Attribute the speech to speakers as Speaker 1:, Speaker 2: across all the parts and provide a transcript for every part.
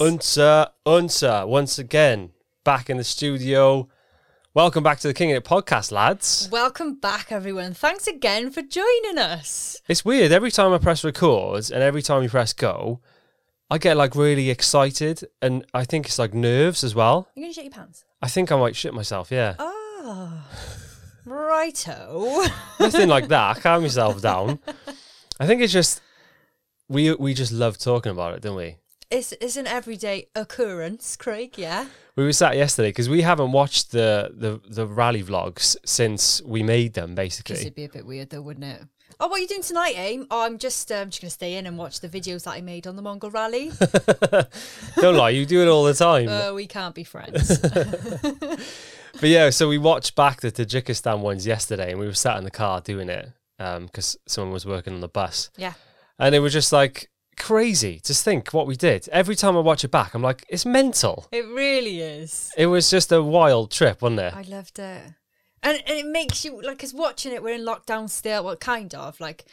Speaker 1: Unser, Unser, once again, back in the studio. Welcome back to the King of It podcast, lads.
Speaker 2: Welcome back, everyone. Thanks again for joining us.
Speaker 1: It's weird. Every time I press record and every time you press go, I get like really excited and I think it's like nerves as well.
Speaker 2: You're going to shit your pants.
Speaker 1: I think I might shit myself, yeah.
Speaker 2: Ah, righto.
Speaker 1: Nothing like that. I calm myself down. I think it's just, we, we just love talking about it, don't we?
Speaker 2: It's, it's an everyday occurrence, Craig, yeah?
Speaker 1: We were sat yesterday because we haven't watched the, the, the rally vlogs since we made them, basically.
Speaker 2: it'd be a bit weird though, wouldn't it? Oh, what are you doing tonight, Aim? Oh, I'm just um, just going to stay in and watch the videos that I made on the Mongol Rally.
Speaker 1: Don't lie, you do it all the time.
Speaker 2: uh, we can't be friends.
Speaker 1: but yeah, so we watched back the Tajikistan ones yesterday, and we were sat in the car doing it because someone was working on the bus,
Speaker 2: yeah.
Speaker 1: and it was just like crazy. Just think what we did. Every time I watch it back, I'm like, it's mental.
Speaker 2: It really is.
Speaker 1: It was just a wild trip, wasn't it?
Speaker 2: I loved it. And, and it makes you, like, because watching it, we're in lockdown still. Well, kind of. Like,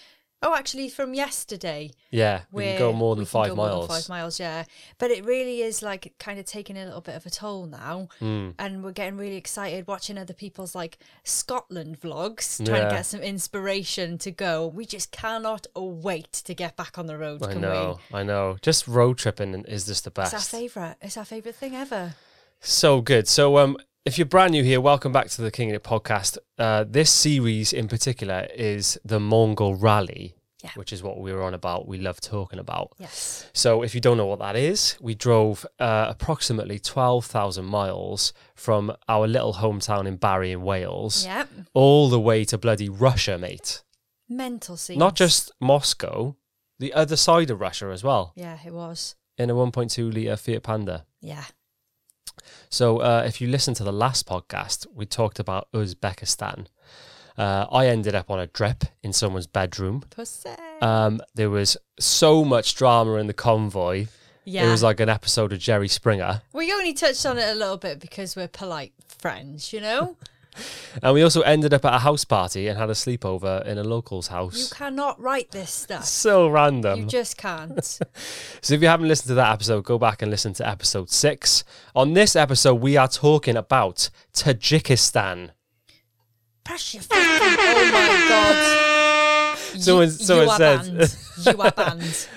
Speaker 2: oh, actually, from yesterday,
Speaker 1: yeah, we can
Speaker 2: where
Speaker 1: go more than
Speaker 2: we can
Speaker 1: five
Speaker 2: go more than
Speaker 1: miles.
Speaker 2: five miles, yeah. But it really is like kind of taking a little bit of a toll now,
Speaker 1: Hmm.
Speaker 2: and we're getting really excited watching other people's like Scotland vlogs, trying
Speaker 1: Yeah.
Speaker 2: to get some inspiration to go. We just cannot wait to get back on the road.
Speaker 1: I
Speaker 2: can
Speaker 1: know, I know. Just road tripping is just the
Speaker 2: we? It's our
Speaker 1: best.
Speaker 2: favorite. It's our favorite thing ever.
Speaker 1: So good. So um if you're brand new here, welcome back to the King in It podcast. Uh, this series in particular is the Mongol Rally,
Speaker 2: Yeah.
Speaker 1: which is what we were on about. We love talking about.
Speaker 2: Yes.
Speaker 1: So, if you don't know what that is, we drove uh, approximately 12,000 miles from our little hometown in Barry in Wales
Speaker 2: Yeah.
Speaker 1: all the way to bloody Russia, mate.
Speaker 2: Mental scene.
Speaker 1: Not just Moscow, the other side of Russia as well,
Speaker 2: Yeah, it was.
Speaker 1: in a 1.2 litre Fiat Panda.
Speaker 2: Yeah.
Speaker 1: So, uh, if you listen to the last podcast, we talked about Uzbekistan. Uh, I ended up on a drip in someone's bedroom.
Speaker 2: Pussy.
Speaker 1: Um, there was so much drama in the convoy.
Speaker 2: yeah.
Speaker 1: It was like an episode of Jerry Springer.
Speaker 2: we only touched on it a little bit because we're polite friends, you know.
Speaker 1: And we also ended up at a house party and had a sleepover in a local's
Speaker 2: you
Speaker 1: house.
Speaker 2: cannot write this stuff.
Speaker 1: So
Speaker 2: You
Speaker 1: random.
Speaker 2: just can't.
Speaker 1: So, if you haven't listened to that episode, go back and listen to episode six. On this episode, we are talking about Tajikistan.
Speaker 2: Press your fucking. Oh my god. You-
Speaker 1: Someone- someone
Speaker 2: you are
Speaker 1: said-
Speaker 2: banned. You are banned.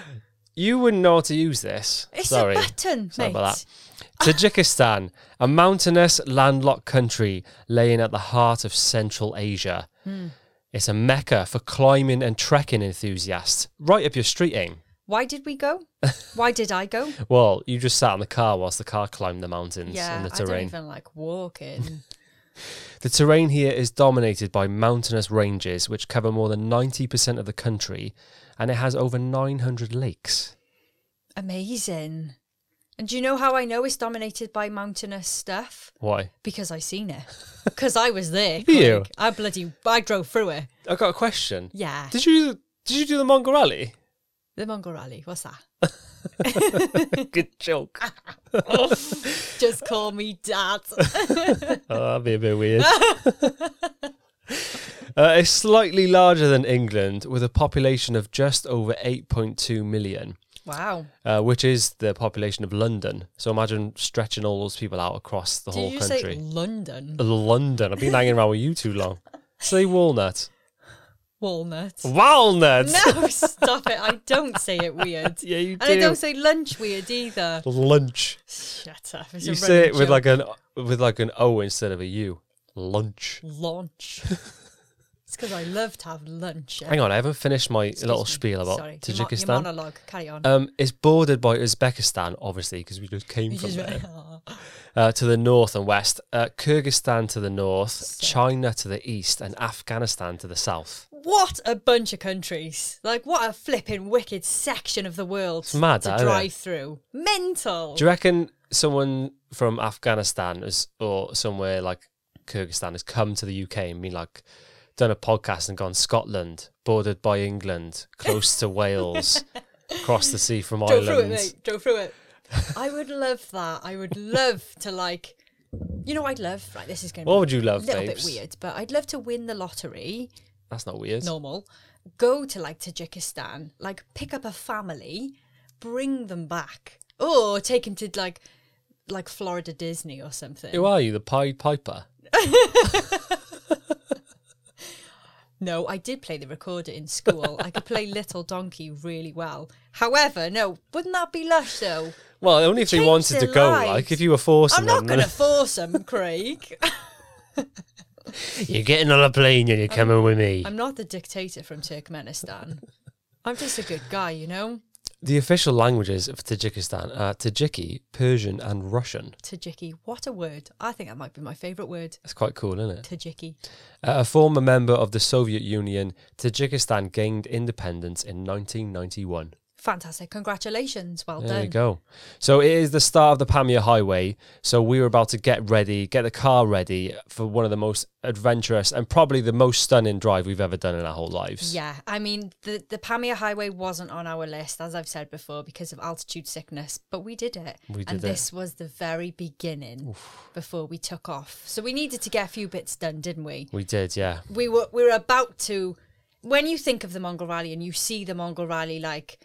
Speaker 1: You wouldn't know how to use this.
Speaker 2: It's
Speaker 1: Sorry.
Speaker 2: a button,
Speaker 1: Sorry
Speaker 2: mate.
Speaker 1: about Tajikistan, a mountainous, landlocked country laying at the heart of Central Asia.
Speaker 2: Hmm.
Speaker 1: It's a mecca for climbing and trekking enthusiasts. Right up your street, eh? Aim.
Speaker 2: Why did we go? Why did I go?
Speaker 1: Well, you just sat in the car whilst the car climbed the mountains
Speaker 2: Yeah,
Speaker 1: and the
Speaker 2: I don't
Speaker 1: terrain.
Speaker 2: even like walking.
Speaker 1: The terrain here is dominated by mountainous ranges, which cover more than 90% of the country, and it has over 900 lakes.
Speaker 2: Amazing. And do you know how I know it's dominated by mountainous stuff?
Speaker 1: Why?
Speaker 2: Because I seen it. Because I was there.
Speaker 1: You.
Speaker 2: Craig. I bloody I drove through it.
Speaker 1: I got a question.
Speaker 2: Yeah.
Speaker 1: Did you did you do the Mongol Rally?
Speaker 2: The Mongol Rally. What's that?
Speaker 1: Good joke.
Speaker 2: Just call me dad.
Speaker 1: Oh, that'd be a bit weird. uh, it's slightly larger than England, with a population of just over 8.2 million,
Speaker 2: wow.
Speaker 1: uh, which is the population of London. So imagine stretching all those people out across the
Speaker 2: Did
Speaker 1: whole
Speaker 2: you say
Speaker 1: country.
Speaker 2: London?
Speaker 1: London. I've been hanging around with you too long. Say walnut.
Speaker 2: Walnut.
Speaker 1: Walnut.
Speaker 2: No, stop it. I don't say it weird.
Speaker 1: Yeah, you
Speaker 2: And I
Speaker 1: do.
Speaker 2: don't say lunch weird either.
Speaker 1: Lunch.
Speaker 2: Shut up. It's
Speaker 1: You
Speaker 2: a
Speaker 1: say it
Speaker 2: running
Speaker 1: with
Speaker 2: joke.
Speaker 1: like an with like an O instead of a U. Lunch.
Speaker 2: launch. it's because I love to have lunch.
Speaker 1: Hang on, I haven't finished my little spiel about
Speaker 2: Sorry. Your mo-
Speaker 1: Tajikistan.
Speaker 2: Your monologue. Carry on.
Speaker 1: Um, it's bordered by Uzbekistan, obviously, because we just came
Speaker 2: You
Speaker 1: from
Speaker 2: just
Speaker 1: there,
Speaker 2: went,
Speaker 1: uh, to the north and west, uh, Kyrgyzstan to the north,
Speaker 2: Sick.
Speaker 1: China to the east, and Afghanistan to the south.
Speaker 2: what a bunch of countries. Like, what a flipping wicked section of the world
Speaker 1: mad,
Speaker 2: to
Speaker 1: that, isn't it?
Speaker 2: drive through. Mental.
Speaker 1: Do you reckon someone from Afghanistan is, or somewhere like Kyrgyzstan has come to the UK and been like, done a podcast and gone Scotland, bordered by England, close to Wales, across the sea from
Speaker 2: Go through it,
Speaker 1: Ireland?
Speaker 2: mate. Go through it. I would love that. I would love to, like, you know, I'd love, right, this is going to be
Speaker 1: What would you love,
Speaker 2: little
Speaker 1: babes?
Speaker 2: bit weird, but I'd love to win the lottery.
Speaker 1: That's not weird.
Speaker 2: Normal. Go to like Tajikistan, like pick up a family, bring them back. or take him to like like Florida Disney or something.
Speaker 1: Who are you, the Pied Piper?
Speaker 2: No, I did play the recorder in school. I could play Little Donkey really well. However, no, wouldn't that be lush though?
Speaker 1: Well, only if they
Speaker 2: Change
Speaker 1: wanted
Speaker 2: their
Speaker 1: to go.
Speaker 2: lives.
Speaker 1: Like if you were forcing
Speaker 2: I'm not
Speaker 1: them,
Speaker 2: going to force him, Craig.
Speaker 1: you're getting on a plane and you're coming with me.
Speaker 2: I'm not the dictator from Turkmenistan. I'm just a good guy, you know?
Speaker 1: the official languages of Tajikistan are Tajiki, Persian, and Russian.
Speaker 2: Tajiki. What a word. I think that might be my favourite word.
Speaker 1: That's quite cool, isn't it?
Speaker 2: Tajiki.
Speaker 1: Uh, a former member of the Soviet Union, Tajikistan gained independence in 1991.
Speaker 2: Fantastic. Congratulations. Well
Speaker 1: There
Speaker 2: done.
Speaker 1: you go. So it is the start of the Pamir Highway. So we were about to get ready, get the car ready for one of the most adventurous and probably the most stunning drive we've ever done in our whole lives.
Speaker 2: Yeah, I mean the the Pamir Highway wasn't on our list as I've said before because of altitude sickness, but we did it.
Speaker 1: We
Speaker 2: and
Speaker 1: did it.
Speaker 2: this was the very beginning before we took off. So we needed to get a few bits done, didn't we?
Speaker 1: We did, yeah.
Speaker 2: We were we were about to when you think of the Mongol Rally and you see the Mongol Rally like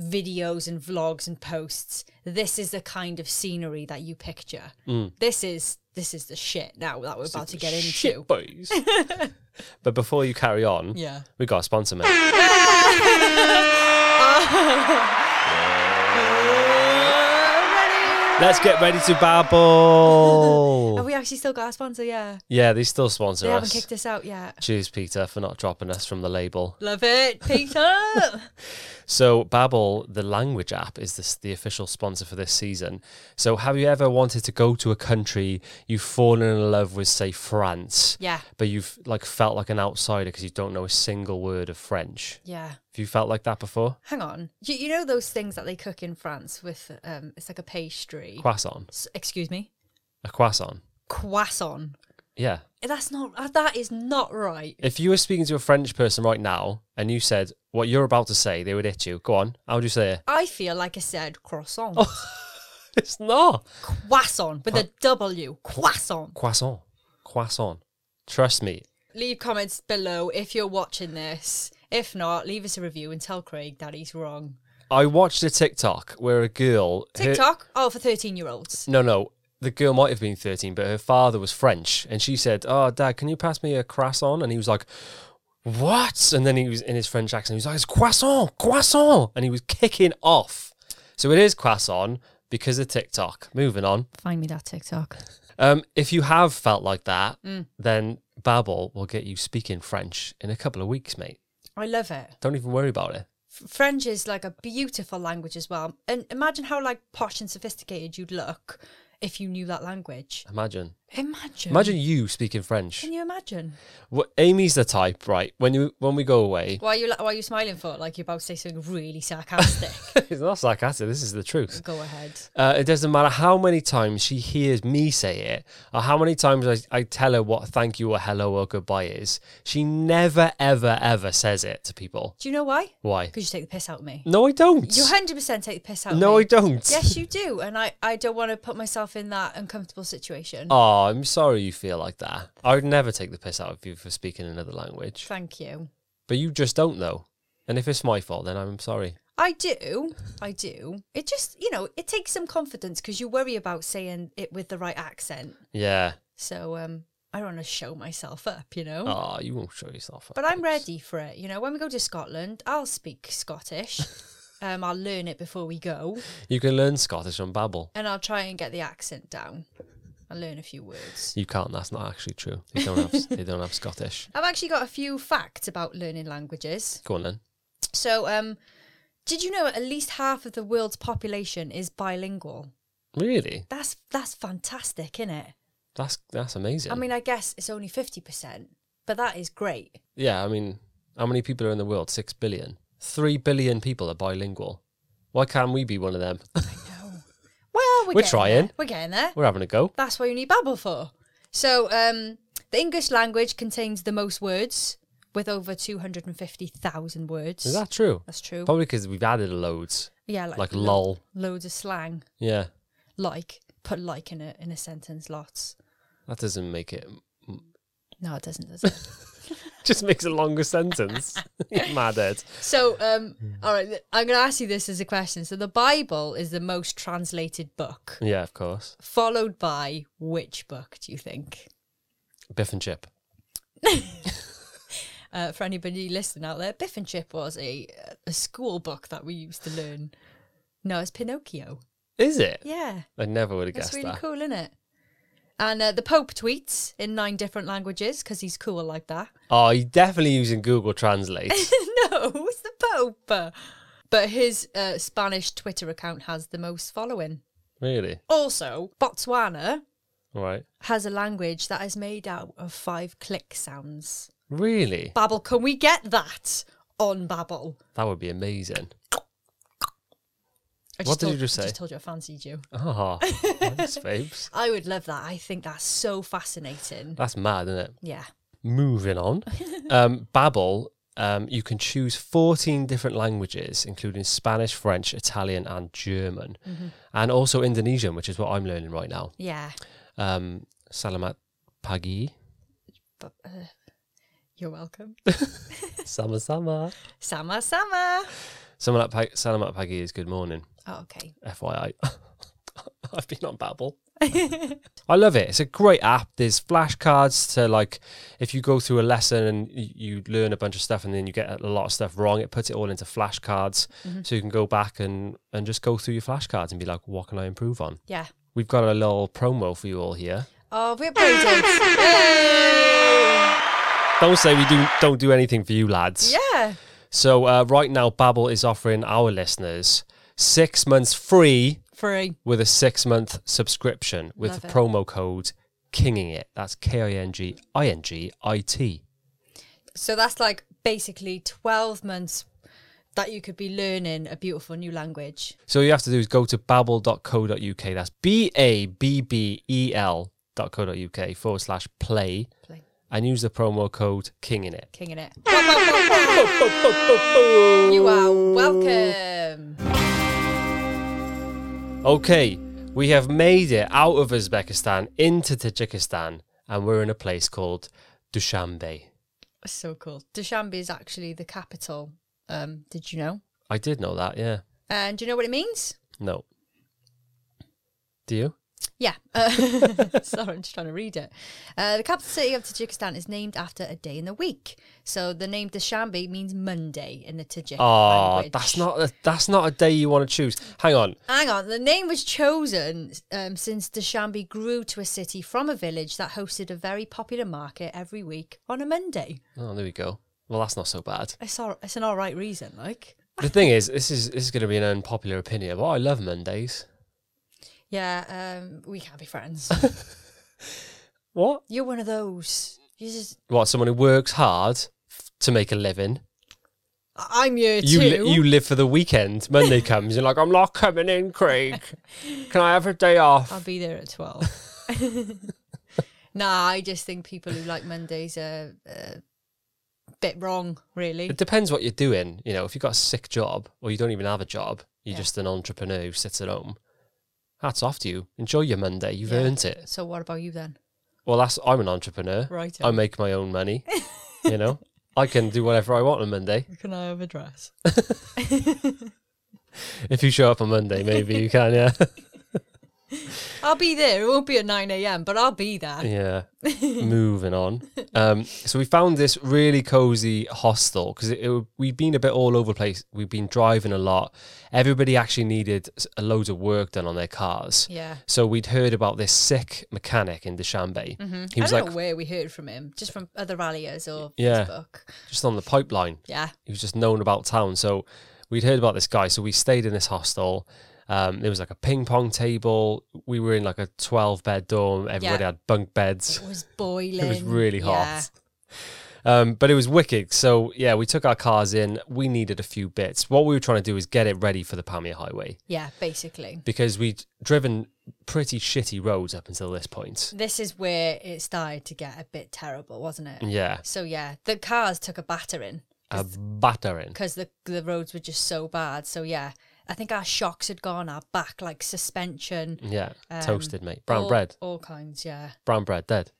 Speaker 2: videos and vlogs and posts, this is the kind of scenery that you picture. This is this is the shit now that we're about to get into.
Speaker 1: Shit, boys. but before you carry on,
Speaker 2: Yeah.
Speaker 1: we got a sponsor, mate. Let's get ready to
Speaker 2: Have
Speaker 1: babble.
Speaker 2: we actually still got a sponsor? Yeah.
Speaker 1: yeah, they still sponsor
Speaker 2: They haven't
Speaker 1: us.
Speaker 2: kicked us out yet.
Speaker 1: Cheers, Peter, for not dropping us from the label.
Speaker 2: Love it, Peter.
Speaker 1: So Babbel, the language app, is this, the official sponsor for this season. So have you ever wanted to go to a country you've fallen in love with, say France,
Speaker 2: yeah.
Speaker 1: but you've like felt like an outsider because you don't know a single word of French?
Speaker 2: Yeah.
Speaker 1: Have you felt like that before?
Speaker 2: Hang on. You, you know those things that they cook in France with um it's like a pastry.
Speaker 1: Croissant,
Speaker 2: S- Excuse me.
Speaker 1: a croissant.
Speaker 2: Croissant.
Speaker 1: Yeah.
Speaker 2: That's not uh, that is not right.
Speaker 1: If you were speaking to a French person right now and you said what you're about to say, they would hit you. Go on. How would you say it?
Speaker 2: I feel like I said croissant.
Speaker 1: It's not
Speaker 2: Croissant with a W. Croissant.
Speaker 1: croissant. Croissant. Trust me,
Speaker 2: Leave comments below if you're watching this. If not, leave us a review and tell Craig that he's wrong.
Speaker 1: I watched a TikTok where a girl her-
Speaker 2: TikTok? Oh, for 13 year olds.
Speaker 1: no, no, the girl might have been thirteen, but her father was French, and she said, "Oh, Dad, can you pass me a croissant?" And he was like, "What?" And then he was in his French accent. He was like, "It's croissant, croissant," and he was kicking off. So it is croissant because of TikTok. Moving on.
Speaker 2: Find me that TikTok.
Speaker 1: Um, if you have felt like that, then Babbel will get you speaking French in a couple of weeks, mate.
Speaker 2: I love it.
Speaker 1: Don't even worry about it.
Speaker 2: F- French is like a beautiful language as well. And imagine how like posh and sophisticated you'd look if you knew that language.
Speaker 1: Imagine,
Speaker 2: Imagine.
Speaker 1: imagine you speaking French.
Speaker 2: Can you imagine?
Speaker 1: Well, Amy's the type, right? When you when we go away,
Speaker 2: Why are you la- why are you smiling for? Like you're about to say something really sarcastic.
Speaker 1: it's not sarcastic. This is the truth.
Speaker 2: Go ahead.
Speaker 1: Uh, it doesn't matter how many times she hears me say it, or how many times I, I tell her what thank you or hello or goodbye is. She never, ever, ever says it to people.
Speaker 2: Do you know why?
Speaker 1: Why?
Speaker 2: Because you take the piss out of me.
Speaker 1: No, I don't.
Speaker 2: You 100% take the piss out
Speaker 1: no,
Speaker 2: of
Speaker 1: I
Speaker 2: me.
Speaker 1: don't.
Speaker 2: Yes, you do. And I, I don't want to put myself in that uncomfortable situation.
Speaker 1: Oh, I'm sorry you feel like that. I would never take the piss out of you for speaking another language.
Speaker 2: Thank you.
Speaker 1: But you just don't, though. And if it's my fault, then I'm sorry.
Speaker 2: I do. I do. It just, you know, it takes some confidence because you worry about saying it with the right accent.
Speaker 1: Yeah.
Speaker 2: So um, I don't want to show myself up, you know.
Speaker 1: Oh, you won't show yourself. up,
Speaker 2: Mm. but I'm
Speaker 1: babes.
Speaker 2: ready for it. You know, when we go to Scotland, I'll speak Scottish. um, I'll learn it before we go,
Speaker 1: You can learn Scottish on Babbel.
Speaker 2: and I'll try and get the accent down. I'll learn a few words.
Speaker 1: You can't. That's not actually true. They don't have. they don't have Scottish.
Speaker 2: I've actually got a few facts about learning languages.
Speaker 1: Go on then.
Speaker 2: So, um, did you know at least half of the world's population is bilingual?
Speaker 1: Really?
Speaker 2: That's that's fantastic, isn't it?
Speaker 1: That's that's amazing.
Speaker 2: I mean, I guess it's only fifty percent, but that is great.
Speaker 1: yeah. I mean, how many people are in the world? Six billion. Three billion people are bilingual. Why can't we be one of them?
Speaker 2: Well, we're,
Speaker 1: We're
Speaker 2: getting
Speaker 1: trying.
Speaker 2: there. We're getting there.
Speaker 1: We're having a go.
Speaker 2: That's what you need Babbel for. So, um, the English language contains the most words, with over two hundred and fifty thousand words.
Speaker 1: Is that true?
Speaker 2: That's true.
Speaker 1: Probably because we've added loads.
Speaker 2: yeah,
Speaker 1: Like
Speaker 2: lo-
Speaker 1: lol.
Speaker 2: Loads of slang,
Speaker 1: Yeah.
Speaker 2: like put like in a in a sentence, lots.
Speaker 1: That doesn't make it.
Speaker 2: No, it doesn't, does it?
Speaker 1: Just makes a longer sentence. You mad at.
Speaker 2: So, um, all right, th- I'm going to ask you this as a question. So, the Bible is the most translated book,
Speaker 1: Yeah, of course.
Speaker 2: followed by which book do you think?
Speaker 1: Biff and Chip.
Speaker 2: Uh, for anybody listening out there, Biff and Chip was a a school book that we used to learn. No, it's Pinocchio.
Speaker 1: Is it?
Speaker 2: Yeah,
Speaker 1: I never would have
Speaker 2: that's
Speaker 1: guessed
Speaker 2: really
Speaker 1: that.
Speaker 2: cool, isn't it? And uh, the Pope tweets in nine different languages because he's cool like that.
Speaker 1: Oh, you're definitely using Google Translate.
Speaker 2: no, it's the Pope. But his uh, Spanish Twitter account has the most following.
Speaker 1: really?
Speaker 2: Also, Botswana
Speaker 1: All right.
Speaker 2: has a language that is made out of five click sounds.
Speaker 1: Really?
Speaker 2: Babbel, can we get that on Babbel?
Speaker 1: That would be amazing.
Speaker 2: I
Speaker 1: What did
Speaker 2: told,
Speaker 1: you just
Speaker 2: I
Speaker 1: say?
Speaker 2: just told you I fancied you.
Speaker 1: Oh, thanks, babes.
Speaker 2: I would love that. I think that's so fascinating.
Speaker 1: That's mad, isn't it?
Speaker 2: Yeah.
Speaker 1: Moving on. Um, Babbel, um, you can choose 14 different languages, including Spanish, French, Italian, and German, and also Indonesian, which is what I'm learning right now.
Speaker 2: Yeah.
Speaker 1: Um, Salamat pagi.
Speaker 2: But, uh, you're welcome.
Speaker 1: Sama sama.
Speaker 2: Sama Sama.
Speaker 1: Salamat, pa- Salamat pagi is good morning,
Speaker 2: Oh, okay.
Speaker 1: FYI. I've been on Babbel. I love it. It's a great app. There's flashcards to like, if you go through a lesson and y- you learn a bunch of stuff and then you get a lot of stuff wrong, it puts it all into flashcards, so you can go back and and just go through your flashcards and be like, what can I improve on?
Speaker 2: Yeah.
Speaker 1: We've got a little promo for you all here.
Speaker 2: Oh, we're playing Hey!
Speaker 1: Don't say we do don't do anything for you lads.
Speaker 2: Yeah.
Speaker 1: So uh, right now, Babbel is offering our listeners six months free
Speaker 2: Free.
Speaker 1: with a six month subscription with
Speaker 2: Love
Speaker 1: the
Speaker 2: it.
Speaker 1: promo code Kinging It. That's K I N G I N G I T.
Speaker 2: So that's like basically 12 months that you could be learning a beautiful new language.
Speaker 1: So all you have to do is go to babbel.co.uk. That's B A B B E L dot co dot uk forward slash play
Speaker 2: Play.
Speaker 1: and use the promo code King in it.
Speaker 2: King in it. you are welcome.
Speaker 1: Okay, we have made it out of Uzbekistan into Tajikistan and we're in a place called Dushanbe.
Speaker 2: So cool. Dushanbe is actually the capital. Um, did you know?
Speaker 1: I did know that, yeah.
Speaker 2: And do you know what it means?
Speaker 1: No. Do you?
Speaker 2: Yeah. Uh, sorry, I'm just trying to read it. Uh, the capital city of Tajikistan is named after a day in the week. So the name Dushanbe means Monday in the Tajik
Speaker 1: Oh,
Speaker 2: language.
Speaker 1: that's not a, that's not a day you want to choose. Hang on.
Speaker 2: Hang on, the name was chosen um, since Dushanbe grew to a city from a village that hosted a very popular market every week on a Monday.
Speaker 1: Oh, there we go. Well, that's not so bad.
Speaker 2: It's, all, it's an all right reason, like.
Speaker 1: The thing is, this is this is going to be an unpopular opinion, but I love Mondays.
Speaker 2: Yeah, um, we can't be friends.
Speaker 1: What?
Speaker 2: You're one of those. You just,
Speaker 1: What? Someone who works hard f- to make a living.
Speaker 2: I- I'm here
Speaker 1: You
Speaker 2: too.
Speaker 1: li- you live for the weekend. Monday comes, you're like, I'm not coming in, Craig. Can I have a day off?
Speaker 2: I'll be there at 12. nah, I just think people who like Mondays are uh, a bit wrong, really.
Speaker 1: It depends what you're doing. You know, if you've got a sick job or you don't even have a job, you're
Speaker 2: Yeah.
Speaker 1: just an entrepreneur who sits at home. Hats off to you. Enjoy your Monday. You've
Speaker 2: Yeah.
Speaker 1: earned it.
Speaker 2: So what about you then?
Speaker 1: Well, that's I'm an entrepreneur.
Speaker 2: Right.
Speaker 1: I make my own money. you know, I can do whatever I want on Monday.
Speaker 2: Can I have a dress?
Speaker 1: If you show up on Monday, maybe you can. Yeah,
Speaker 2: I'll be there. It won't be at 9 a.m., but I'll be there.
Speaker 1: yeah. Moving on. Um, so we found this really cozy hostel because it, it, we've been a bit all over the place. We've been driving a lot. Everybody actually needed s- a loads of work done on their cars.
Speaker 2: Yeah.
Speaker 1: So we'd heard about this sick mechanic in Dushanbe. He
Speaker 2: I
Speaker 1: was
Speaker 2: don't
Speaker 1: like
Speaker 2: know where we heard from him, just from other ralliers or
Speaker 1: Yeah.
Speaker 2: Facebook.
Speaker 1: just on the pipeline.
Speaker 2: Yeah.
Speaker 1: he was just known about town. So we'd heard about this guy. So we stayed in this hostel. Um, there was like a ping pong table. We were in like a 12 bed dorm. Everybody
Speaker 2: Yeah.
Speaker 1: had bunk beds.
Speaker 2: It was boiling.
Speaker 1: It was really
Speaker 2: Yeah.
Speaker 1: hot. Um, but it was wicked. So yeah, we took our cars in. We needed a few bits. What we were trying to do is get it ready for the Pamir Highway
Speaker 2: Yeah, basically.
Speaker 1: because we'd driven pretty shitty roads up until this point.
Speaker 2: This is where it started to get a bit terrible, wasn't it?
Speaker 1: Yeah,
Speaker 2: So, yeah, the cars took a battering
Speaker 1: a battering.
Speaker 2: because the, the roads were just so bad. So, yeah, I think our shocks had gone, our back, like suspension.
Speaker 1: Yeah,
Speaker 2: Um,
Speaker 1: toasted, mate. Brown
Speaker 2: all-
Speaker 1: bread.
Speaker 2: All kinds, yeah.
Speaker 1: brown bread dead.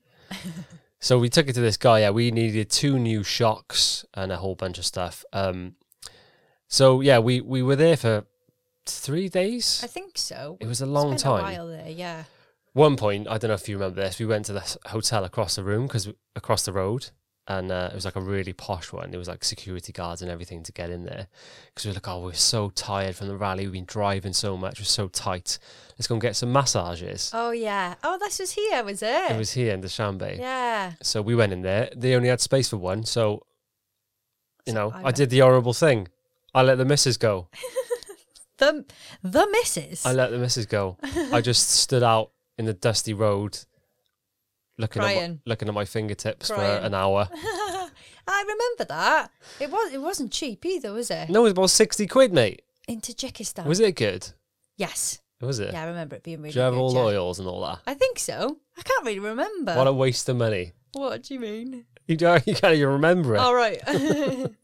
Speaker 1: So we took it to this guy. Yeah, we needed two new shocks and a whole bunch of stuff. Um, so yeah, we we were there for three days.
Speaker 2: I think so.
Speaker 1: It was a long
Speaker 2: Spent
Speaker 1: time.
Speaker 2: A while there, yeah.
Speaker 1: One point, I don't know if you remember this. We went to this hotel across the room because across the road, and uh, it was like a really posh one. There was like security guards and everything to get in there because we were like, oh, we're so tired from the rally. We've been driving so much. We're so tight. Let's go and get some massages.
Speaker 2: Oh yeah. Oh, this was here, was it?
Speaker 1: It was here in the Shambay.
Speaker 2: Yeah.
Speaker 1: So we went in there. They only had space for one. So, you know,
Speaker 2: I
Speaker 1: I,
Speaker 2: went.
Speaker 1: did the horrible thing. I let the missus go.
Speaker 2: The the missus.
Speaker 1: I let the missus go. I just stood out in the dusty road, looking at my,
Speaker 2: Crying.
Speaker 1: looking at my fingertips
Speaker 2: Crying.
Speaker 1: for an hour.
Speaker 2: I remember that. It was. It wasn't cheap either, was it?
Speaker 1: No, it was about sixty quid, mate.
Speaker 2: In Tajikistan.
Speaker 1: Mm. Was it good?
Speaker 2: Yes.
Speaker 1: Was it?
Speaker 2: Oh. Yeah, I remember it being really.
Speaker 1: Did you have
Speaker 2: good,
Speaker 1: all
Speaker 2: yeah. Uh.
Speaker 1: oils and all that?
Speaker 2: I think so. I can't really remember.
Speaker 1: What a waste of money.
Speaker 2: What do you mean?
Speaker 1: You don't. You can't even remember it.
Speaker 2: All right.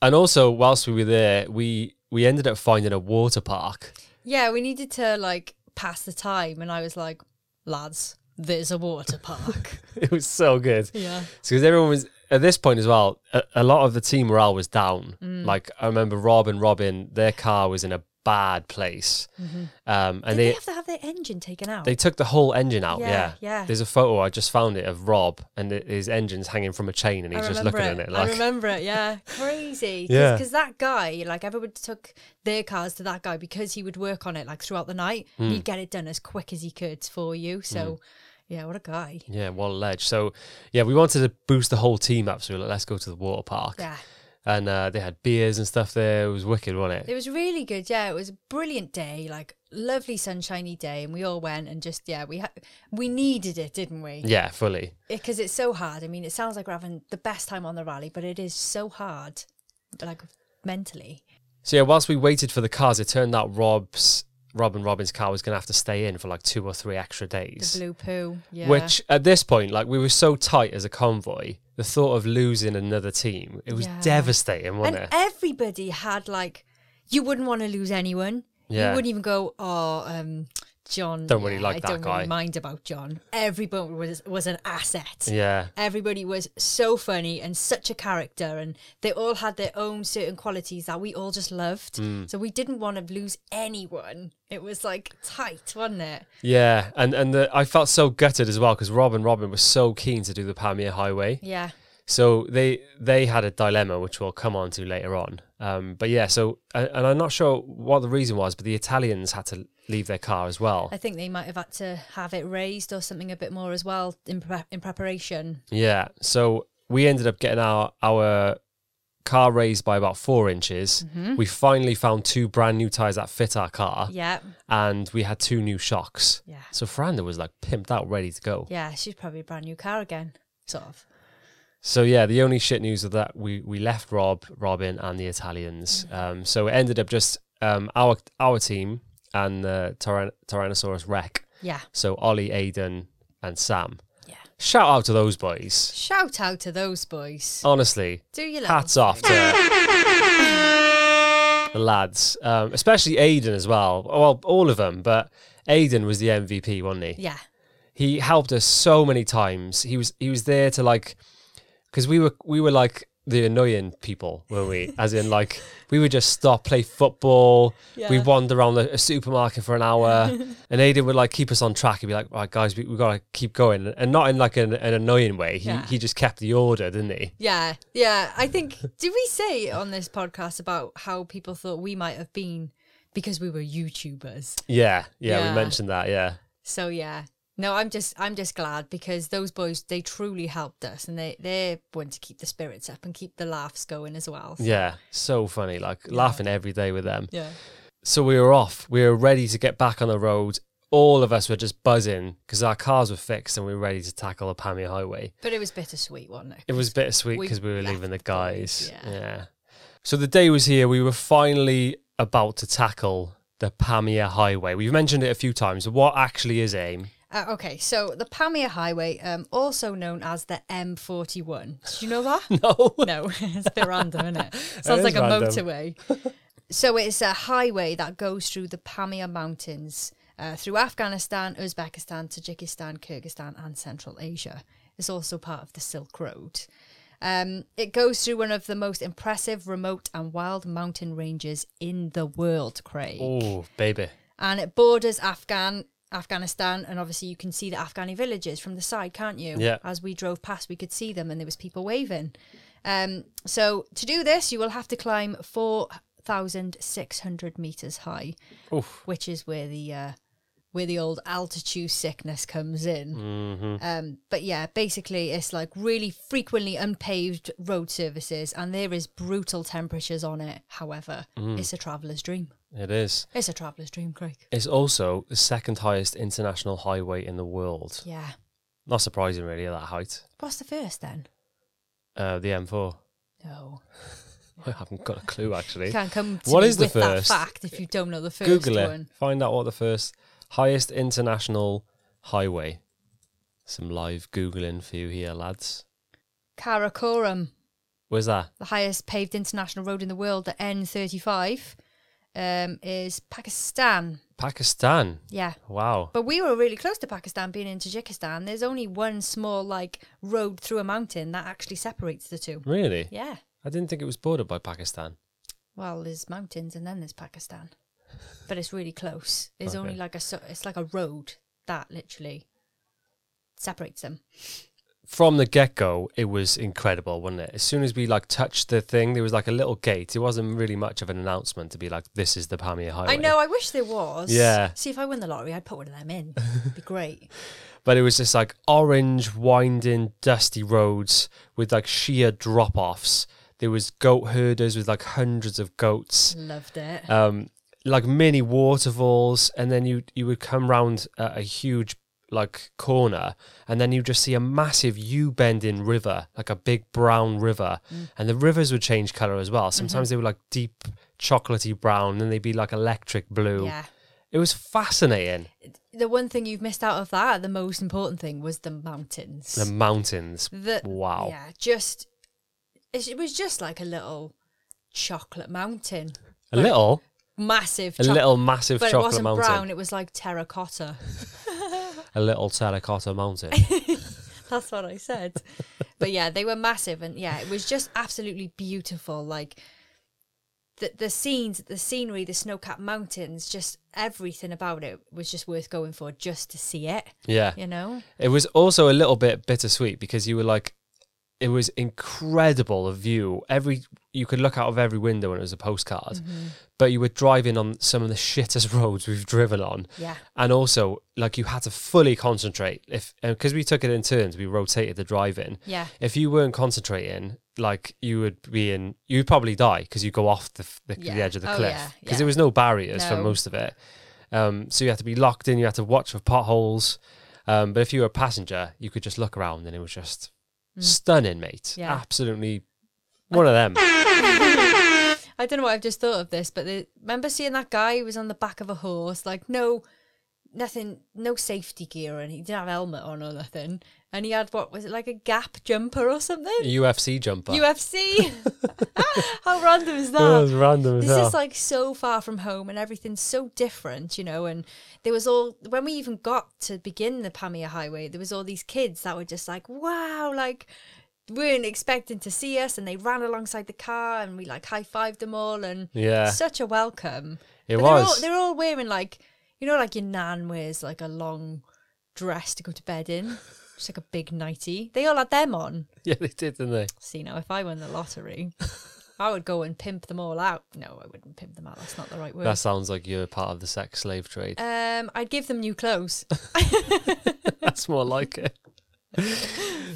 Speaker 1: And also, whilst we were there, we we ended up finding a water park.
Speaker 2: yeah, we needed to like pass the time, and I was like, lads, there's a water park.
Speaker 1: It was so good.
Speaker 2: yeah.
Speaker 1: because everyone was at this point as well. A, a lot of the team morale was down.
Speaker 2: Mm.
Speaker 1: Like I remember Rob and Robin, their car was in a bad place, um, and
Speaker 2: Mm-hmm. Did they,
Speaker 1: they
Speaker 2: have to have their engine taken out?
Speaker 1: they took the whole engine out. Yeah,
Speaker 2: Yeah, yeah.
Speaker 1: There's a photo I just found it of Rob and it, his engine's hanging from a chain, and
Speaker 2: I
Speaker 1: he's just
Speaker 2: remember
Speaker 1: looking at it
Speaker 2: I
Speaker 1: like,
Speaker 2: remember it. Yeah, crazy.
Speaker 1: Yeah.
Speaker 2: because that guy, like everybody took their cars to that guy because he would work on it like throughout the night.
Speaker 1: Hmm.
Speaker 2: He'd get it done as quick as he could for you. So, yeah, what a guy.
Speaker 1: yeah, what a ledge. So yeah, we wanted to boost the whole team up, so we were like, let's go to the water park,
Speaker 2: Yeah,
Speaker 1: and uh, they had beers and stuff there. It was wicked, wasn't
Speaker 2: it
Speaker 1: it?
Speaker 2: was really good. Yeah, it was a brilliant day. Like lovely sunshiny day, and we all went and just yeah, we ha- we needed it, didn't we?
Speaker 1: Yeah, fully.
Speaker 2: Because it's so hard. I mean, it sounds like we're having the best time on the rally, but it is so hard, like mentally.
Speaker 1: So yeah, whilst we waited for the cars, it turned out Rob's Rob and Robin's car was going to have to stay in for like two or three extra days.
Speaker 2: The blue poo. Yeah.
Speaker 1: Which at this point, like we were so tight as a convoy, the thought of losing another team, it was
Speaker 2: Yeah.
Speaker 1: devastating, wasn't
Speaker 2: and
Speaker 1: it?
Speaker 2: everybody had like you wouldn't want to lose anyone
Speaker 1: Yeah.
Speaker 2: you wouldn't even go oh um john
Speaker 1: Don't really
Speaker 2: yeah,
Speaker 1: like
Speaker 2: i
Speaker 1: that
Speaker 2: don't
Speaker 1: guy."
Speaker 2: really mind about john everybody was was an asset
Speaker 1: yeah.
Speaker 2: everybody was so funny and such a character and they all had their own certain qualities that we all just loved
Speaker 1: Mm.
Speaker 2: so we didn't want to lose anyone it was like tight wasn't it
Speaker 1: Yeah. And and the, I felt so gutted as well because Rob and Robin were so keen to do the Pamir Highway.
Speaker 2: yeah
Speaker 1: So they they had a dilemma which we'll come on to later on. Um, but yeah, so and, and I'm not sure what the reason was, but the Italians had to leave their car as well.
Speaker 2: i think they might have had to have it raised or something a bit more as well in, pre- in preparation
Speaker 1: Yeah. So we ended up getting our our car raised by about four inches. We finally found two brand new tires that fit our car,
Speaker 2: Mm-hmm. yeah
Speaker 1: and we had two new shocks.
Speaker 2: yeah
Speaker 1: So Franda was like pimped out, ready to go.
Speaker 2: Yeah, she's probably a brand new car again, sort of.
Speaker 1: So yeah, the only shit news of that we we left Rob, Robin, and the Italians.
Speaker 2: Mm-hmm.
Speaker 1: Um, so it ended up just um, our our team and the Tyran- Tyrannosaurus wreck.
Speaker 2: Yeah.
Speaker 1: So Ollie, Aiden, and Sam.
Speaker 2: Yeah.
Speaker 1: Shout out to those boys.
Speaker 2: Shout out to those boys.
Speaker 1: Honestly,
Speaker 2: Do you love?
Speaker 1: hats off to the lads, um, especially Aiden as well. Well, all of them, but Aiden was the MVP, wasn't he?
Speaker 2: Yeah.
Speaker 1: He helped us so many times. He was he was there to like, because we were we were like the annoying people, weren't we? As in like we would just stop, play football. We
Speaker 2: Yeah.
Speaker 1: wander around the a supermarket for an hour, and Aiden would like keep us on track. He'd be like, "Right, guys, we we gotta keep going," and not in like an, an annoying way. He
Speaker 2: Yeah.
Speaker 1: he just kept the order, didn't he?
Speaker 2: Yeah. Yeah. I think did we say on this podcast about how people thought we might have been because we were YouTubers?
Speaker 1: Yeah, yeah, we
Speaker 2: Yeah.
Speaker 1: mentioned that. Yeah,
Speaker 2: So yeah. No, I'm just I'm just glad because those boys they truly helped us and they they want to keep the spirits up and keep the laughs going as well.
Speaker 1: yeah, so funny. Like laughing every day with them.
Speaker 2: Yeah.
Speaker 1: So we were off. We were ready to get back on the road. All of us were just buzzing because our cars were fixed and we were ready to tackle the Pamir Highway.
Speaker 2: But it was bittersweet, wasn't it?
Speaker 1: It was bittersweet
Speaker 2: We
Speaker 1: because we were
Speaker 2: left
Speaker 1: leaving the
Speaker 2: the boys,
Speaker 1: guys.
Speaker 2: yeah.
Speaker 1: So the day was here. We were finally about to tackle the Pamir Highway. We've mentioned it a few times. but What actually is AIM?
Speaker 2: Uh, okay, so the Pamir Highway, um, also known as the M41. Do you know that?
Speaker 1: No.
Speaker 2: No, it's a bit random, isn't it? Sounds
Speaker 1: is
Speaker 2: like a
Speaker 1: random.
Speaker 2: motorway. so it's a highway that goes through the Pamir Mountains. uh, through Afghanistan, Uzbekistan, Tajikistan, Kyrgyzstan, and Central Asia. It's also part of the Silk Road. Um, it goes through one of the most impressive remote and wild mountain ranges in the world, Craig.
Speaker 1: Oh, baby.
Speaker 2: And it borders Afghan Afghanistan, and obviously you can see the Afghani villages from the side, can't you?
Speaker 1: Yeah.
Speaker 2: As we drove past, we could see them, and there was people waving. Um, so to do this, you will have to climb four thousand six hundred meters high,
Speaker 1: Oof.
Speaker 2: which is where the uh, where the old altitude sickness comes in.
Speaker 1: Mm-hmm.
Speaker 2: Um, but yeah, basically, it's like really frequently unpaved road services, and there is brutal temperatures on it. However,
Speaker 1: Mm.
Speaker 2: it's a traveller's dream.
Speaker 1: It is.
Speaker 2: It's a traveller's dream, Craig.
Speaker 1: It's also the second highest international highway in the world.
Speaker 2: Yeah.
Speaker 1: Not surprising, really, at that height.
Speaker 2: What's the first then?
Speaker 1: Uh, the M4.
Speaker 2: No.
Speaker 1: I haven't got a clue, actually.
Speaker 2: You Oh. can't come to
Speaker 1: What
Speaker 2: me
Speaker 1: is the
Speaker 2: with
Speaker 1: first?
Speaker 2: that fact if you don't know the first
Speaker 1: Google it.
Speaker 2: one.
Speaker 1: Find out what the first highest international highway. Some live googling for you here, lads.
Speaker 2: Karakoram,
Speaker 1: Where's that?
Speaker 2: the highest paved international road in the world, the N35, um, is Pakistan.
Speaker 1: Pakistan.
Speaker 2: Yeah.
Speaker 1: Wow.
Speaker 2: But we were really close to Pakistan being in Tajikistan. There's only one small, like, road through a mountain that actually separates the two.
Speaker 1: Really?
Speaker 2: Yeah.
Speaker 1: I didn't think it was bordered by Pakistan.
Speaker 2: Well, there's mountains and then there's Pakistan. But it's really close. There's only
Speaker 1: Okay.
Speaker 2: like a, so- it's like a road that literally separates them.
Speaker 1: From the get go, it was incredible, wasn't it? As soon as we like touched the thing, there was like a little gate. It wasn't really much of an announcement to be like, "This is the Pamir Highway."
Speaker 2: I know. I wish there was.
Speaker 1: Yeah.
Speaker 2: See, if I win the lottery, I'd put one of them in. It'd be great.
Speaker 1: but it was just like orange, winding, dusty roads with like sheer drop offs. There was goat herders with like hundreds of goats,
Speaker 2: Loved it.
Speaker 1: um, like mini waterfalls, and then you you would come round a, a huge like corner, and then you just see a massive U bending river, like a big brown river,
Speaker 2: Mm.
Speaker 1: and the rivers would change color as well. Sometimes
Speaker 2: Mm-hmm.
Speaker 1: they were like deep chocolatey brown, then they'd be like electric blue.
Speaker 2: yeah.
Speaker 1: It was fascinating.
Speaker 2: The one thing you've missed out of that, the most important thing, was the mountains.
Speaker 1: The mountains.
Speaker 2: The-
Speaker 1: wow.
Speaker 2: Mm, Yeah. Just. it's- It was just like a little chocolate mountain,
Speaker 1: A little.
Speaker 2: massive.
Speaker 1: A
Speaker 2: choc-
Speaker 1: little massive
Speaker 2: But it
Speaker 1: chocolate
Speaker 2: wasn't
Speaker 1: mountain.
Speaker 2: brown. It was like terracotta.
Speaker 1: A little terracotta mountain.
Speaker 2: That's what I said. but yeah, they were massive, and yeah, it was just absolutely beautiful. Like the the scenes, the scenery, the snow capped mountains, just everything about it was just worth going for just to see it.
Speaker 1: yeah.
Speaker 2: You know?
Speaker 1: It was also a little bit bittersweet because you were like, it was incredible a view. Every you could look out of every window and it was a postcard,
Speaker 2: Mm-hmm.
Speaker 1: but you were driving on some of the shittest roads we've driven on,
Speaker 2: Yeah.
Speaker 1: and also like you had to fully concentrate if because we took it in turns, we rotated the driving.
Speaker 2: Yeah.
Speaker 1: If you weren't concentrating, like you would be in, you'd probably die because you go off the, f- the,
Speaker 2: Yeah.
Speaker 1: the edge of the
Speaker 2: Oh, yeah,
Speaker 1: cliff because there
Speaker 2: yeah.
Speaker 1: was no barriers for
Speaker 2: No.
Speaker 1: most of it. Um, so you had to be locked in. You had to watch for potholes. Um, but if you were a passenger, you could just look around and it was just stunning, mate.
Speaker 2: Mm. Yeah.
Speaker 1: Absolutely one of them.
Speaker 2: I don't know what I've just thought of this, but the, remember seeing that guy who was on the back of a horse, like no, nothing, no safety gear, and he didn't have a helmet on or nothing, and he had what was it like a gap jumper or something?
Speaker 1: UFC jumper.
Speaker 2: UFC. How random is that?
Speaker 1: It was random as
Speaker 2: This
Speaker 1: hell.
Speaker 2: is like so far from home and everything's so different, you know. And there was all, when we even got to begin the Pamir Highway, there was all these kids that were just like, wow, like weren't expecting to see us. And they ran alongside the car and we like high fived them all. And
Speaker 1: yeah,
Speaker 2: such a welcome. But
Speaker 1: it
Speaker 2: they're
Speaker 1: was.
Speaker 2: All, they're all wearing like, you know, like your nan wears like a long dress to go to bed in. It's like a big nightie. They all had them on.
Speaker 1: yeah, they did, didn't they?
Speaker 2: See now, if I won the lottery, I would go and pimp them all out. No, I wouldn't pimp them out. That's not the right word.
Speaker 1: That sounds like you're part of the sex slave trade.
Speaker 2: Um, I'd give them new clothes.
Speaker 1: That's more like it.